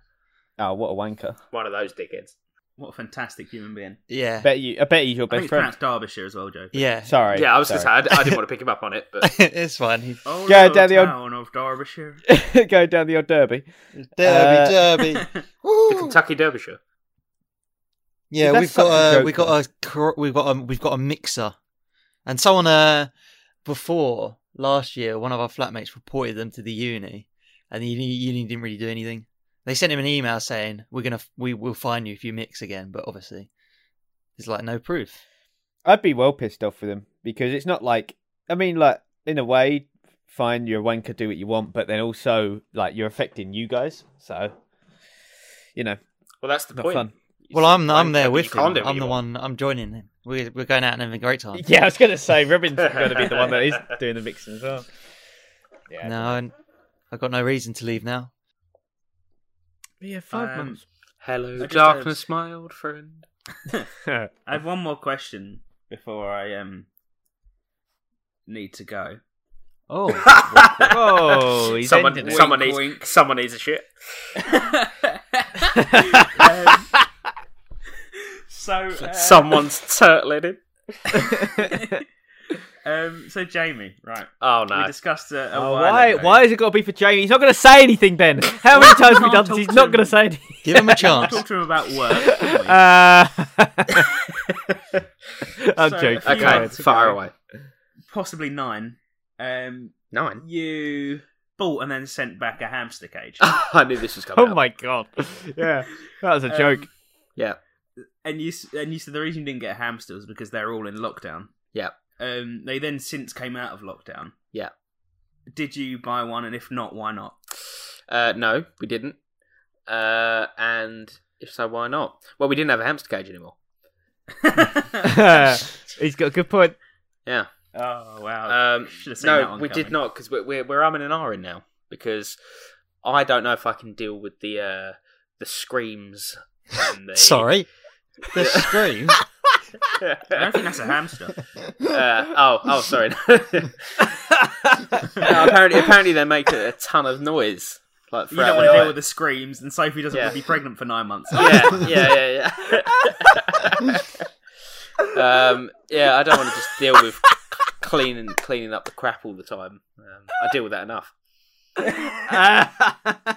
Speaker 1: Oh, what a wanker!
Speaker 4: One of those dickheads.
Speaker 5: What a fantastic human being.
Speaker 2: Yeah.
Speaker 1: I bet you, I bet he's your
Speaker 5: I think
Speaker 1: best
Speaker 5: it's
Speaker 1: friend.
Speaker 5: pronounced Derbyshire as well, Joe.
Speaker 2: yeah.
Speaker 1: Sorry.
Speaker 4: Yeah, I was going to say
Speaker 1: sorry.
Speaker 4: I, d- I didn't want to pick him up on it, but
Speaker 2: (laughs) it's
Speaker 1: (laughs)
Speaker 2: fine. He-
Speaker 5: Oh,
Speaker 1: Yeah,
Speaker 5: little
Speaker 1: down the old-
Speaker 5: town of
Speaker 1: (laughs)
Speaker 5: Derbyshire.
Speaker 1: Go down the old derby. (laughs)
Speaker 2: Derby, derby.
Speaker 4: the
Speaker 2: Woo!
Speaker 4: Kentucky Derbyshire.
Speaker 1: Dude,
Speaker 2: Yeah,
Speaker 1: that's
Speaker 2: we've
Speaker 1: such a
Speaker 2: got, a,
Speaker 1: joke,
Speaker 2: we got a cor- we've got a we've got a mixer, and someone uh before last year, one of our flatmates reported them to the uni, and the uni, uni didn't really do anything. They sent him an email saying we're gonna f- we will fine you if you mix again, but obviously, there's like no proof.
Speaker 1: I'd be well pissed off with him because it's not like I mean, like in a way, fine, you're a wanker, do what you want, but then also like you're affecting you guys, so you know,
Speaker 4: Well, that's the
Speaker 1: Not
Speaker 4: point.
Speaker 1: fun.
Speaker 4: You
Speaker 2: Well,
Speaker 4: see,
Speaker 2: I'm I'm
Speaker 4: like,
Speaker 2: there
Speaker 4: you
Speaker 2: with
Speaker 4: can't
Speaker 2: him.
Speaker 4: do what
Speaker 2: I'm
Speaker 4: you
Speaker 2: the
Speaker 4: want.
Speaker 2: one. I'm joining him. We're we're going out and having a great time.
Speaker 1: (laughs) yeah, I was gonna say Robin's gonna be the one that is doing the mixing as well. Yeah,
Speaker 2: No, and I've got no reason to leave now.
Speaker 1: yeah,
Speaker 5: five Um, I
Speaker 4: Hello,
Speaker 5: just
Speaker 4: darkness,
Speaker 5: had-
Speaker 4: my old friend.
Speaker 1: months.
Speaker 5: (laughs) I have one more question before I um need
Speaker 1: (laughs)
Speaker 5: to go. (laughs)
Speaker 2: Oh.
Speaker 1: Whoa, he's
Speaker 4: someone,
Speaker 1: ended it.
Speaker 4: someone
Speaker 5: Wink,
Speaker 4: needs,
Speaker 5: wink.
Speaker 4: someone needs a shit.
Speaker 1: (laughs)
Speaker 5: Um, so uh, (laughs)
Speaker 4: Someone's turtling him.
Speaker 5: um, so Jamie, right?
Speaker 4: Oh
Speaker 5: We
Speaker 4: no!
Speaker 5: discussed a, a
Speaker 1: Oh,
Speaker 5: while
Speaker 1: why?
Speaker 5: ago.
Speaker 1: Why has it got to be for Jamie? He's not going to say anything, Ben. How many times have we done this? He's not going
Speaker 4: (laughs)
Speaker 1: to say anything.
Speaker 2: Give him a chance.
Speaker 1: (laughs)
Speaker 5: Talk to him about work. didn't we?
Speaker 1: Uh, I'm
Speaker 5: So,
Speaker 1: joking.
Speaker 5: if you had
Speaker 4: Okay,
Speaker 1: guys.
Speaker 5: to
Speaker 4: fire
Speaker 5: go-
Speaker 4: away.
Speaker 5: possibly nine. Um,
Speaker 4: Nine.
Speaker 5: you bought and then sent back a hamster cage.
Speaker 4: (laughs) I knew this was coming.
Speaker 1: (laughs) Oh
Speaker 4: up.
Speaker 1: my god. Yeah, (laughs) that was a
Speaker 5: Um,
Speaker 1: joke.
Speaker 4: Yeah.
Speaker 5: and you s- and you said the reason you didn't get hamsters was because they're all in lockdown.
Speaker 4: Yeah.
Speaker 5: Um, they then since came out of lockdown.
Speaker 4: Yeah.
Speaker 5: Did you buy one? And if not, why not? (laughs)
Speaker 4: Uh, no, we didn't. Uh, and if so, why not? Well, we didn't have a hamster cage anymore.
Speaker 2: (laughs)
Speaker 1: (laughs) He's got a good (laughs) point.
Speaker 4: Yeah.
Speaker 5: Oh wow!
Speaker 4: Um,
Speaker 5: Should've seen that
Speaker 4: no,
Speaker 5: one
Speaker 4: we did
Speaker 5: coming.
Speaker 4: not because we're, we're we're umming and ahhing now because I don't know if I can deal with the uh, the screams.
Speaker 1: (laughs)
Speaker 4: And the...
Speaker 2: Sorry. The scream.
Speaker 5: I don't think that's a
Speaker 4: (laughs)
Speaker 5: hamster.
Speaker 4: Uh, oh, oh, sorry. (laughs) no, apparently, apparently they make a ton of noise. Like
Speaker 5: You don't
Speaker 4: throughout
Speaker 5: want to deal with
Speaker 4: the
Speaker 5: the screams, and Sophie doesn't
Speaker 4: Yeah.
Speaker 5: want to be pregnant for nine
Speaker 4: (laughs)
Speaker 5: months.
Speaker 4: night. Yeah, yeah, yeah, yeah. (laughs) um, yeah, I don't want to just deal with cleaning cleaning up the crap all the time. Um, I deal with that enough.
Speaker 1: Um,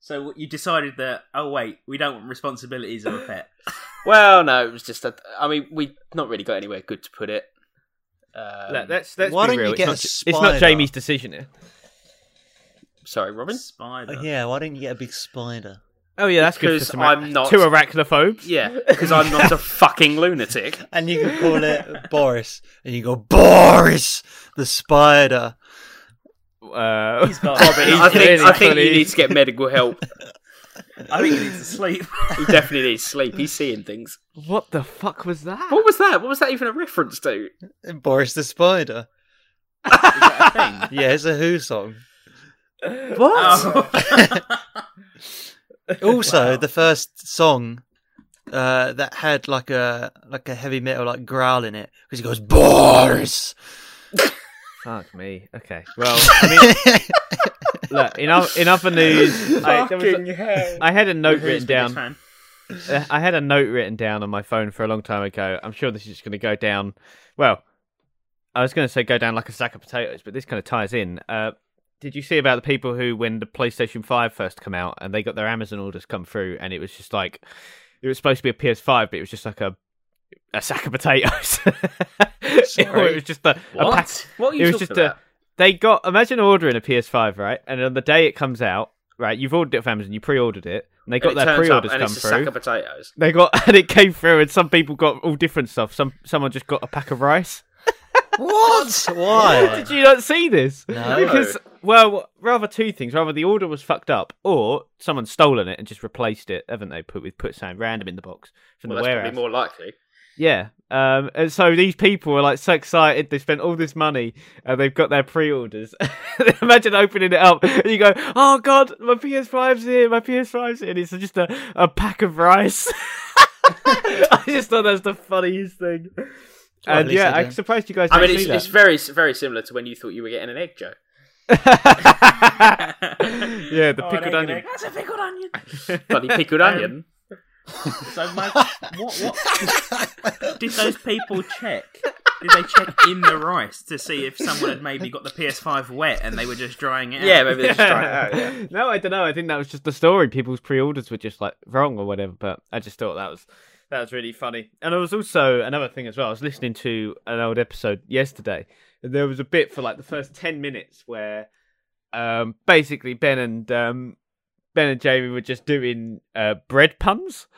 Speaker 5: So you decided that. Oh wait, we don't want responsibilities of a pet.
Speaker 4: Well, no, it was just. A, I mean, we not really got anywhere good to put it. Um,
Speaker 1: Let- let's let's
Speaker 2: Why
Speaker 1: be
Speaker 2: don't you
Speaker 1: real.
Speaker 2: get a
Speaker 1: it's, not, it's not
Speaker 2: spider?
Speaker 1: Jamie's decision here.
Speaker 4: sorry, Robin.
Speaker 5: Spider.
Speaker 2: Oh, yeah, why didn't you get a big spider?
Speaker 1: Oh yeah, that's
Speaker 4: Because
Speaker 1: good. For some
Speaker 4: I'm not-
Speaker 1: two arachnophobes.
Speaker 4: Yeah, because I'm not a fucking lunatic.
Speaker 2: And you could call it Boris. And you go, Boris the spider.
Speaker 1: Uh,
Speaker 5: He's got-
Speaker 4: Robin, I think
Speaker 1: really
Speaker 4: I think you
Speaker 1: funny.
Speaker 4: need to get medical help.
Speaker 5: I think he needs to sleep.
Speaker 4: He definitely needs sleep. He's seeing things.
Speaker 1: what the fuck was that?
Speaker 4: What was that? What was that even a reference to?
Speaker 2: Boris the spider.
Speaker 5: That
Speaker 2: Yeah, it's a Who song. (laughs)
Speaker 5: (laughs) thing.
Speaker 2: Also, the first song uh, that had like a like a heavy metal like growl in it because he goes Boris.
Speaker 1: Fuck me. Okay. Well, I mean, look, enough enough (laughs) of news. I, there was a-
Speaker 4: hell.
Speaker 1: I had a note written
Speaker 5: Here's the biggest
Speaker 1: down.
Speaker 5: (laughs) fan.
Speaker 1: Uh, I had a note written down on my phone for a long time ago. I'm sure this is going to go down. Well, I was going to say go down like a sack of potatoes, but this kind of ties in. Uh, did you see about the people who, when the PlayStation Five first come out, and they got their Amazon orders come through, and it was just like it was supposed to be a PS5, but it was just like a a sack of potatoes. (laughs)
Speaker 2: Sorry.
Speaker 1: it was just a, a pack
Speaker 4: What? What are you
Speaker 1: it was
Speaker 4: talking
Speaker 1: just
Speaker 4: about?
Speaker 1: a they got imagine ordering a PS5 right, and on the day it comes out right, you've ordered it from Amazon, you pre-ordered it, and they got
Speaker 4: And it
Speaker 1: their
Speaker 4: turns up
Speaker 1: pre-orders
Speaker 4: and
Speaker 1: come
Speaker 4: it's a sack
Speaker 1: through.
Speaker 4: of potatoes.
Speaker 1: They got (laughs) and it came through, and some people got all different stuff. Some someone just got a pack of rice.
Speaker 2: (laughs)
Speaker 1: (laughs)
Speaker 2: what? Why?
Speaker 1: Did you not see this?
Speaker 2: No.
Speaker 1: Because well, rather two things: rather the order was fucked up, or someone's stolen it and just replaced it, haven't they? Put with put something random in the box from
Speaker 4: Well,
Speaker 1: the
Speaker 4: that's
Speaker 1: warehouse.
Speaker 4: probably more likely.
Speaker 1: Yeah. Um, and so these people were like so excited. They spent all this money and they've got their pre-orders. (laughs) Imagine opening it up and you go, "Oh God, my PS5's here! My PS5's here!" And it's just a, a pack of rice. (laughs) I just thought that's the funniest thing.
Speaker 2: Well, at
Speaker 1: and
Speaker 2: least
Speaker 1: yeah,
Speaker 2: I
Speaker 1: I'm
Speaker 2: don't.
Speaker 1: surprised you guys.
Speaker 4: I
Speaker 1: didn't
Speaker 4: mean, it's,
Speaker 1: see that.
Speaker 4: it's very very similar to when you thought you were getting an egg, Joe.
Speaker 1: (laughs) yeah, the
Speaker 5: Oh, an egg,
Speaker 1: pickled
Speaker 5: an
Speaker 1: onion.
Speaker 5: egg. That's a pickled onion.
Speaker 1: (laughs)
Speaker 4: Bloody pickled
Speaker 5: Um,
Speaker 4: onion.
Speaker 5: (laughs) So, my, what,
Speaker 2: (laughs)
Speaker 5: what did those people check? Did they check in the rice to see if someone had maybe got the PS5 wet and they were just drying it?
Speaker 4: Yeah,
Speaker 5: out? (laughs)
Speaker 4: maybe they just try it out. (laughs) Yeah.
Speaker 1: No, I don't know. I think that was just the story. People's pre-orders were just like wrong or whatever. But I just thought that was that was really funny. And there was also another thing as well. I was listening to an old episode yesterday, and there was a bit for like the first ten minutes where, um, basically Ben and um, Ben and Jamie were just doing uh, bread puns.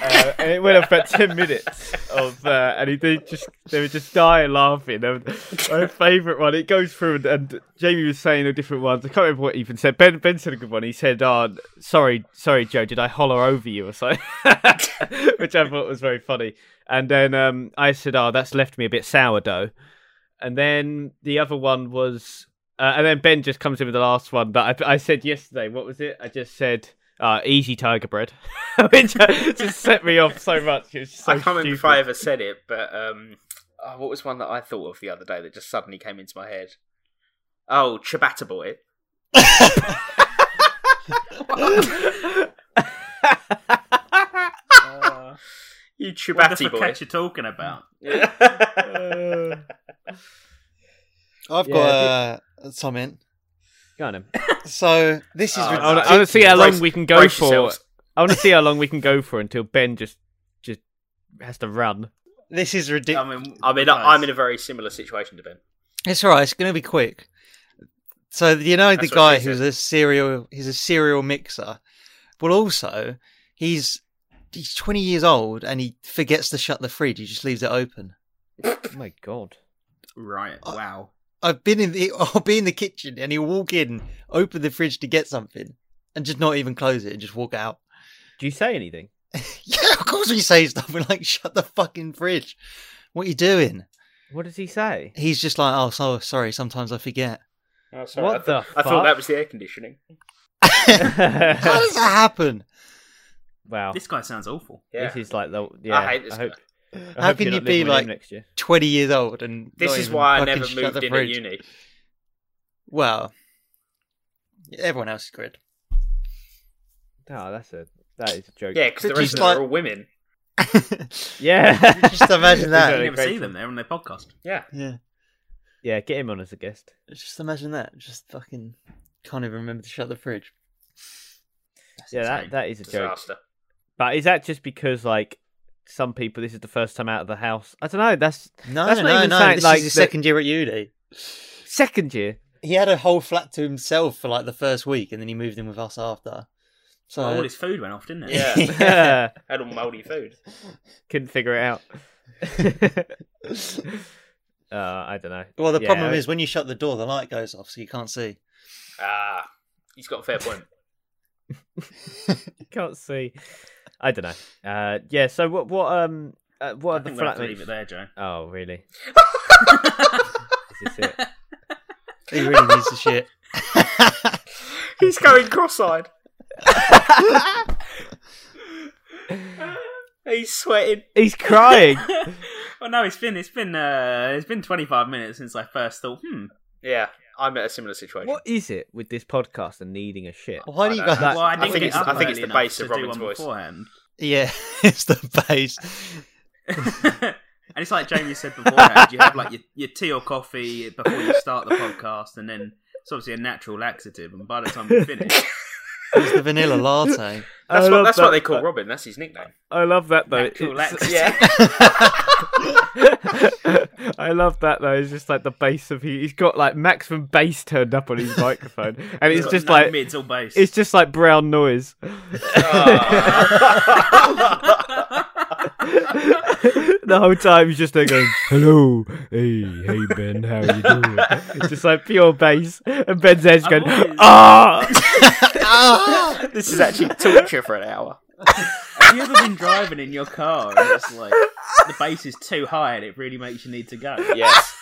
Speaker 1: Uh, and it went on for about ten minutes of, uh, and he did just they were just dying laughing. And my favourite one, it goes through, and, and Jamie was saying the different ones. I can't remember what he even said. Ben Ben said a good one. He said, "Oh, sorry, sorry, Joe, did I holler over you or something?" (laughs) Which I thought was very funny. And then um, I said, "Oh, that's left me a bit sourdough." And then the other one was, uh, and then Ben just comes in with the last one that I, I said yesterday. What was it? I just said. Uh, easy tiger bread, (laughs) which uh, just set me off so much. It was just so
Speaker 4: I can't remember if
Speaker 1: stupid. (laughs)
Speaker 4: I ever said it, but um, oh, what was one that I thought of the other day that just suddenly came into my head? Oh, ciabatta boy.
Speaker 5: Uh,
Speaker 4: You
Speaker 5: what the
Speaker 4: ciabatty boy.
Speaker 5: fuck you talking about?
Speaker 2: (laughs)
Speaker 1: (laughs)
Speaker 2: I've got uh, something.
Speaker 1: Go on then.
Speaker 2: So this is.
Speaker 4: Oh,
Speaker 1: I want
Speaker 4: no.
Speaker 1: to- I want to see how long
Speaker 4: Uh, Brace-
Speaker 1: we can go
Speaker 4: brace
Speaker 1: for.
Speaker 4: yourselves.
Speaker 1: I want to see how long we can go for until Ben just just has to run.
Speaker 2: This is
Speaker 5: I
Speaker 2: ridiculous.
Speaker 5: mean,
Speaker 4: I mean, I- I'm in a very similar situation to Ben.
Speaker 2: It's all right. It's going to be quick. So you know the
Speaker 4: That's what
Speaker 2: guy
Speaker 4: she said.
Speaker 2: who's a serial, he's a serial mixer, but also he's he's twenty years old and he forgets to shut the fridge. He just leaves it open.
Speaker 1: Oh my god.
Speaker 5: right.
Speaker 2: I-
Speaker 5: Wow.
Speaker 2: I've been in the (laughs) I'll be in the kitchen and he'll walk in, open the fridge to get something, and just not even close it and just walk out. (laughs)
Speaker 1: Do you say anything?
Speaker 2: Yeah, of course we say stuff. We're like, shut the fucking fridge. What are you doing?
Speaker 1: What does he say?
Speaker 2: He's just like, oh, so sorry. Sometimes I forget. (laughs)
Speaker 4: Oh,
Speaker 1: What
Speaker 4: I, th-
Speaker 1: the
Speaker 4: I thought
Speaker 1: fuck?
Speaker 4: that was the air conditioning.
Speaker 2: How does that happen?
Speaker 1: (laughs)
Speaker 2: (laughs)
Speaker 1: wow.
Speaker 5: This guy sounds awful.
Speaker 4: Yeah.
Speaker 1: This is like the yeah.
Speaker 4: hate this
Speaker 1: hope,
Speaker 4: guy.
Speaker 1: I
Speaker 2: How
Speaker 1: hope
Speaker 2: can
Speaker 1: you're
Speaker 2: you
Speaker 1: not
Speaker 2: be
Speaker 1: living with him
Speaker 2: like-
Speaker 1: next year?
Speaker 2: Twenty years old and
Speaker 4: this
Speaker 2: not
Speaker 4: is
Speaker 2: even
Speaker 4: why I
Speaker 2: fucking
Speaker 4: never
Speaker 2: shut
Speaker 4: moved
Speaker 2: the
Speaker 4: in at
Speaker 2: fridge.
Speaker 4: uni.
Speaker 2: Well, everyone else is grid.
Speaker 4: (laughs)
Speaker 1: Oh, that's a that is a joke.
Speaker 4: Yeah, because the
Speaker 2: Just
Speaker 4: rest of them
Speaker 2: like-
Speaker 4: are all women.
Speaker 1: (laughs) yeah.
Speaker 2: Just imagine that.
Speaker 5: You
Speaker 1: Exactly.
Speaker 5: never see them. They're on their podcast.
Speaker 4: Yeah.
Speaker 2: Yeah,
Speaker 1: Yeah, get him on as a
Speaker 4: (laughs)
Speaker 1: guest.
Speaker 2: just imagine that. Just fucking can't even remember to shut the fridge.
Speaker 1: Yeah, that,
Speaker 5: insane.
Speaker 1: that is a joke.
Speaker 4: Disaster.
Speaker 1: But is that just because like some people this is the first time out of the house? I don't know. That's
Speaker 2: No,
Speaker 1: That's not
Speaker 2: no,
Speaker 1: even
Speaker 2: no.
Speaker 1: saying,
Speaker 2: this
Speaker 1: like,
Speaker 2: is his
Speaker 1: that-
Speaker 2: second year at uni.
Speaker 1: second year.
Speaker 2: He had a whole flat to himself for like the first week, and then he moved in with us after. So
Speaker 4: Oh,
Speaker 5: Well, Oh, all
Speaker 2: (laughs)
Speaker 5: his food went off, didn't (laughs) it?
Speaker 4: (laughs) Yeah.
Speaker 1: (laughs) Yeah.
Speaker 4: Had all mouldy food.
Speaker 1: Couldn't figure it out. (laughs) uh, I don't know.
Speaker 2: Well, the
Speaker 1: Yeah,
Speaker 2: problem
Speaker 1: I-
Speaker 2: is when you shut the door, the light goes off, so you can't see.
Speaker 4: Ah, he's got a fair point.
Speaker 1: Can't see. I don't know. Uh, yeah. So what? What? Um. Uh, what
Speaker 5: I
Speaker 1: are the
Speaker 5: think we have to leave
Speaker 1: flatmates?
Speaker 5: it there, Joe.
Speaker 1: Oh,
Speaker 4: (laughs)
Speaker 1: really? is this it?
Speaker 2: He really needs the shit.
Speaker 4: (laughs) he's going cross-eyed. he's sweating.
Speaker 1: He's
Speaker 4: (laughs)
Speaker 1: crying.
Speaker 5: (laughs) well, no, it's been it's been uh, it's been 25 minutes since I first thought, hmm,
Speaker 4: Yeah, I'm at a similar situation.
Speaker 1: what is it with this podcast and needing a shit?
Speaker 2: Why do you
Speaker 4: I
Speaker 2: guys?
Speaker 4: don't know.
Speaker 5: well, I
Speaker 4: think
Speaker 5: didn't get
Speaker 4: it's-
Speaker 5: up
Speaker 4: I think it's
Speaker 5: early
Speaker 4: the
Speaker 5: enough
Speaker 4: bass
Speaker 5: to
Speaker 4: of
Speaker 5: do
Speaker 4: Robin's
Speaker 5: one
Speaker 4: voice.
Speaker 5: beforehand.
Speaker 2: (laughs) Yeah, (laughs) it's the base.
Speaker 4: (laughs)
Speaker 5: (laughs) and it's like Jamie said beforehand, you have like your, your tea or coffee before you start the podcast, and then it's obviously a natural laxative. And by the time you finish,
Speaker 4: (laughs)
Speaker 2: It's the
Speaker 1: (laughs)
Speaker 2: vanilla (laughs)
Speaker 1: I
Speaker 2: latte.
Speaker 4: That's, what,
Speaker 1: love
Speaker 4: that's
Speaker 1: that,
Speaker 4: what they call
Speaker 1: but-
Speaker 4: Robin. That's his nickname.
Speaker 1: (laughs) I love that though.
Speaker 5: natural
Speaker 1: It's-
Speaker 5: laxative.
Speaker 1: (laughs)
Speaker 5: (laughs)
Speaker 1: I love that though. It's just like the bass of he. He's got like maximum bass turned up
Speaker 4: (laughs)
Speaker 1: on his microphone, and it's
Speaker 5: Got
Speaker 1: just
Speaker 5: no
Speaker 1: like
Speaker 5: mids or bass.
Speaker 1: it's just like brown noise. (laughs) the whole time he's just there going, "Hello, hey, hey Ben, how you doing?" It's (laughs) just like pure bass, and Ben's there just
Speaker 5: I've
Speaker 1: going,
Speaker 5: always-
Speaker 1: "Ah."
Speaker 4: this is (laughs) actually torture for an hour.
Speaker 5: Have you ever been driving in your car and it's like the bass is too high and it really makes you need to go?
Speaker 4: Yes.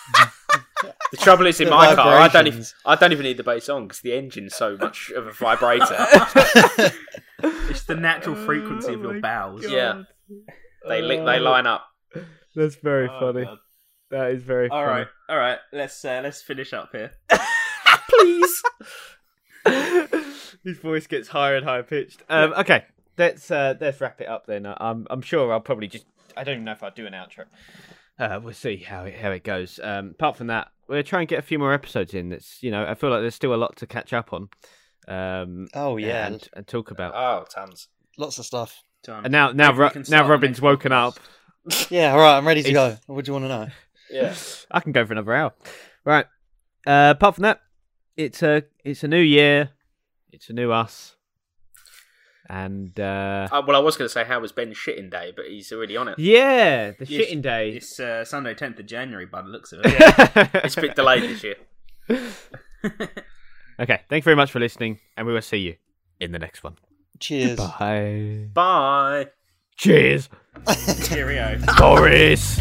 Speaker 4: the trouble is, in
Speaker 2: The
Speaker 4: my car, I don't even
Speaker 2: vibrations.
Speaker 4: I don't even need the bass on because the engine's so much of a vibrator.
Speaker 2: (laughs)
Speaker 5: It's the natural frequency of
Speaker 1: Oh my
Speaker 5: your bowels.
Speaker 4: yeah, they li- they line up.
Speaker 1: That's very
Speaker 5: Oh,
Speaker 1: funny.
Speaker 5: God.
Speaker 1: That is very
Speaker 5: All
Speaker 1: funny.
Speaker 5: right, all right. Let's uh, let's finish up here.
Speaker 4: Please.
Speaker 1: His voice gets higher and higher pitched. Um, okay, let's uh, let's wrap it up then. I- I'm I'm sure I'll probably just I don't even know if I'll do an outro. Uh, we'll see how it, how it goes. Um, apart from that, we'll try and get a few more episodes in. That's you know I feel like there's still a lot to catch up on. Um,
Speaker 2: Oh yeah,
Speaker 1: and, and talk about.
Speaker 4: Oh, tons.
Speaker 2: lots of stuff.
Speaker 5: Time.
Speaker 1: and now now
Speaker 5: Maybe we
Speaker 1: Ro-
Speaker 5: Uh, can start
Speaker 1: now
Speaker 5: the
Speaker 1: Robin's
Speaker 5: next
Speaker 1: woken
Speaker 5: podcast.
Speaker 1: up.
Speaker 2: Yeah, all right. I'm ready to go.
Speaker 1: It's-
Speaker 2: What do you want to know?
Speaker 4: Yeah.
Speaker 1: I can go for another hour. Right. Uh, apart from that, it's a it's a new year. It's a new us. And uh,
Speaker 4: Uh, well, I was going to say how was Ben's shitting day, but he's already
Speaker 1: (laughs)
Speaker 4: on it.
Speaker 1: yeah, the
Speaker 5: Yes,
Speaker 1: shitting day.
Speaker 5: It's uh, Sunday, 10th of January, by the looks of it.
Speaker 1: (laughs)
Speaker 4: It's a bit delayed this year.
Speaker 1: okay, thank you very much for listening, and we will see you in the next one.
Speaker 2: Cheers.
Speaker 1: Bye.
Speaker 4: Bye.
Speaker 1: Cheers,
Speaker 5: Cheerio.
Speaker 1: Boris.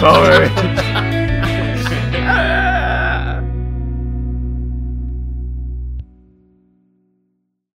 Speaker 1: Boris.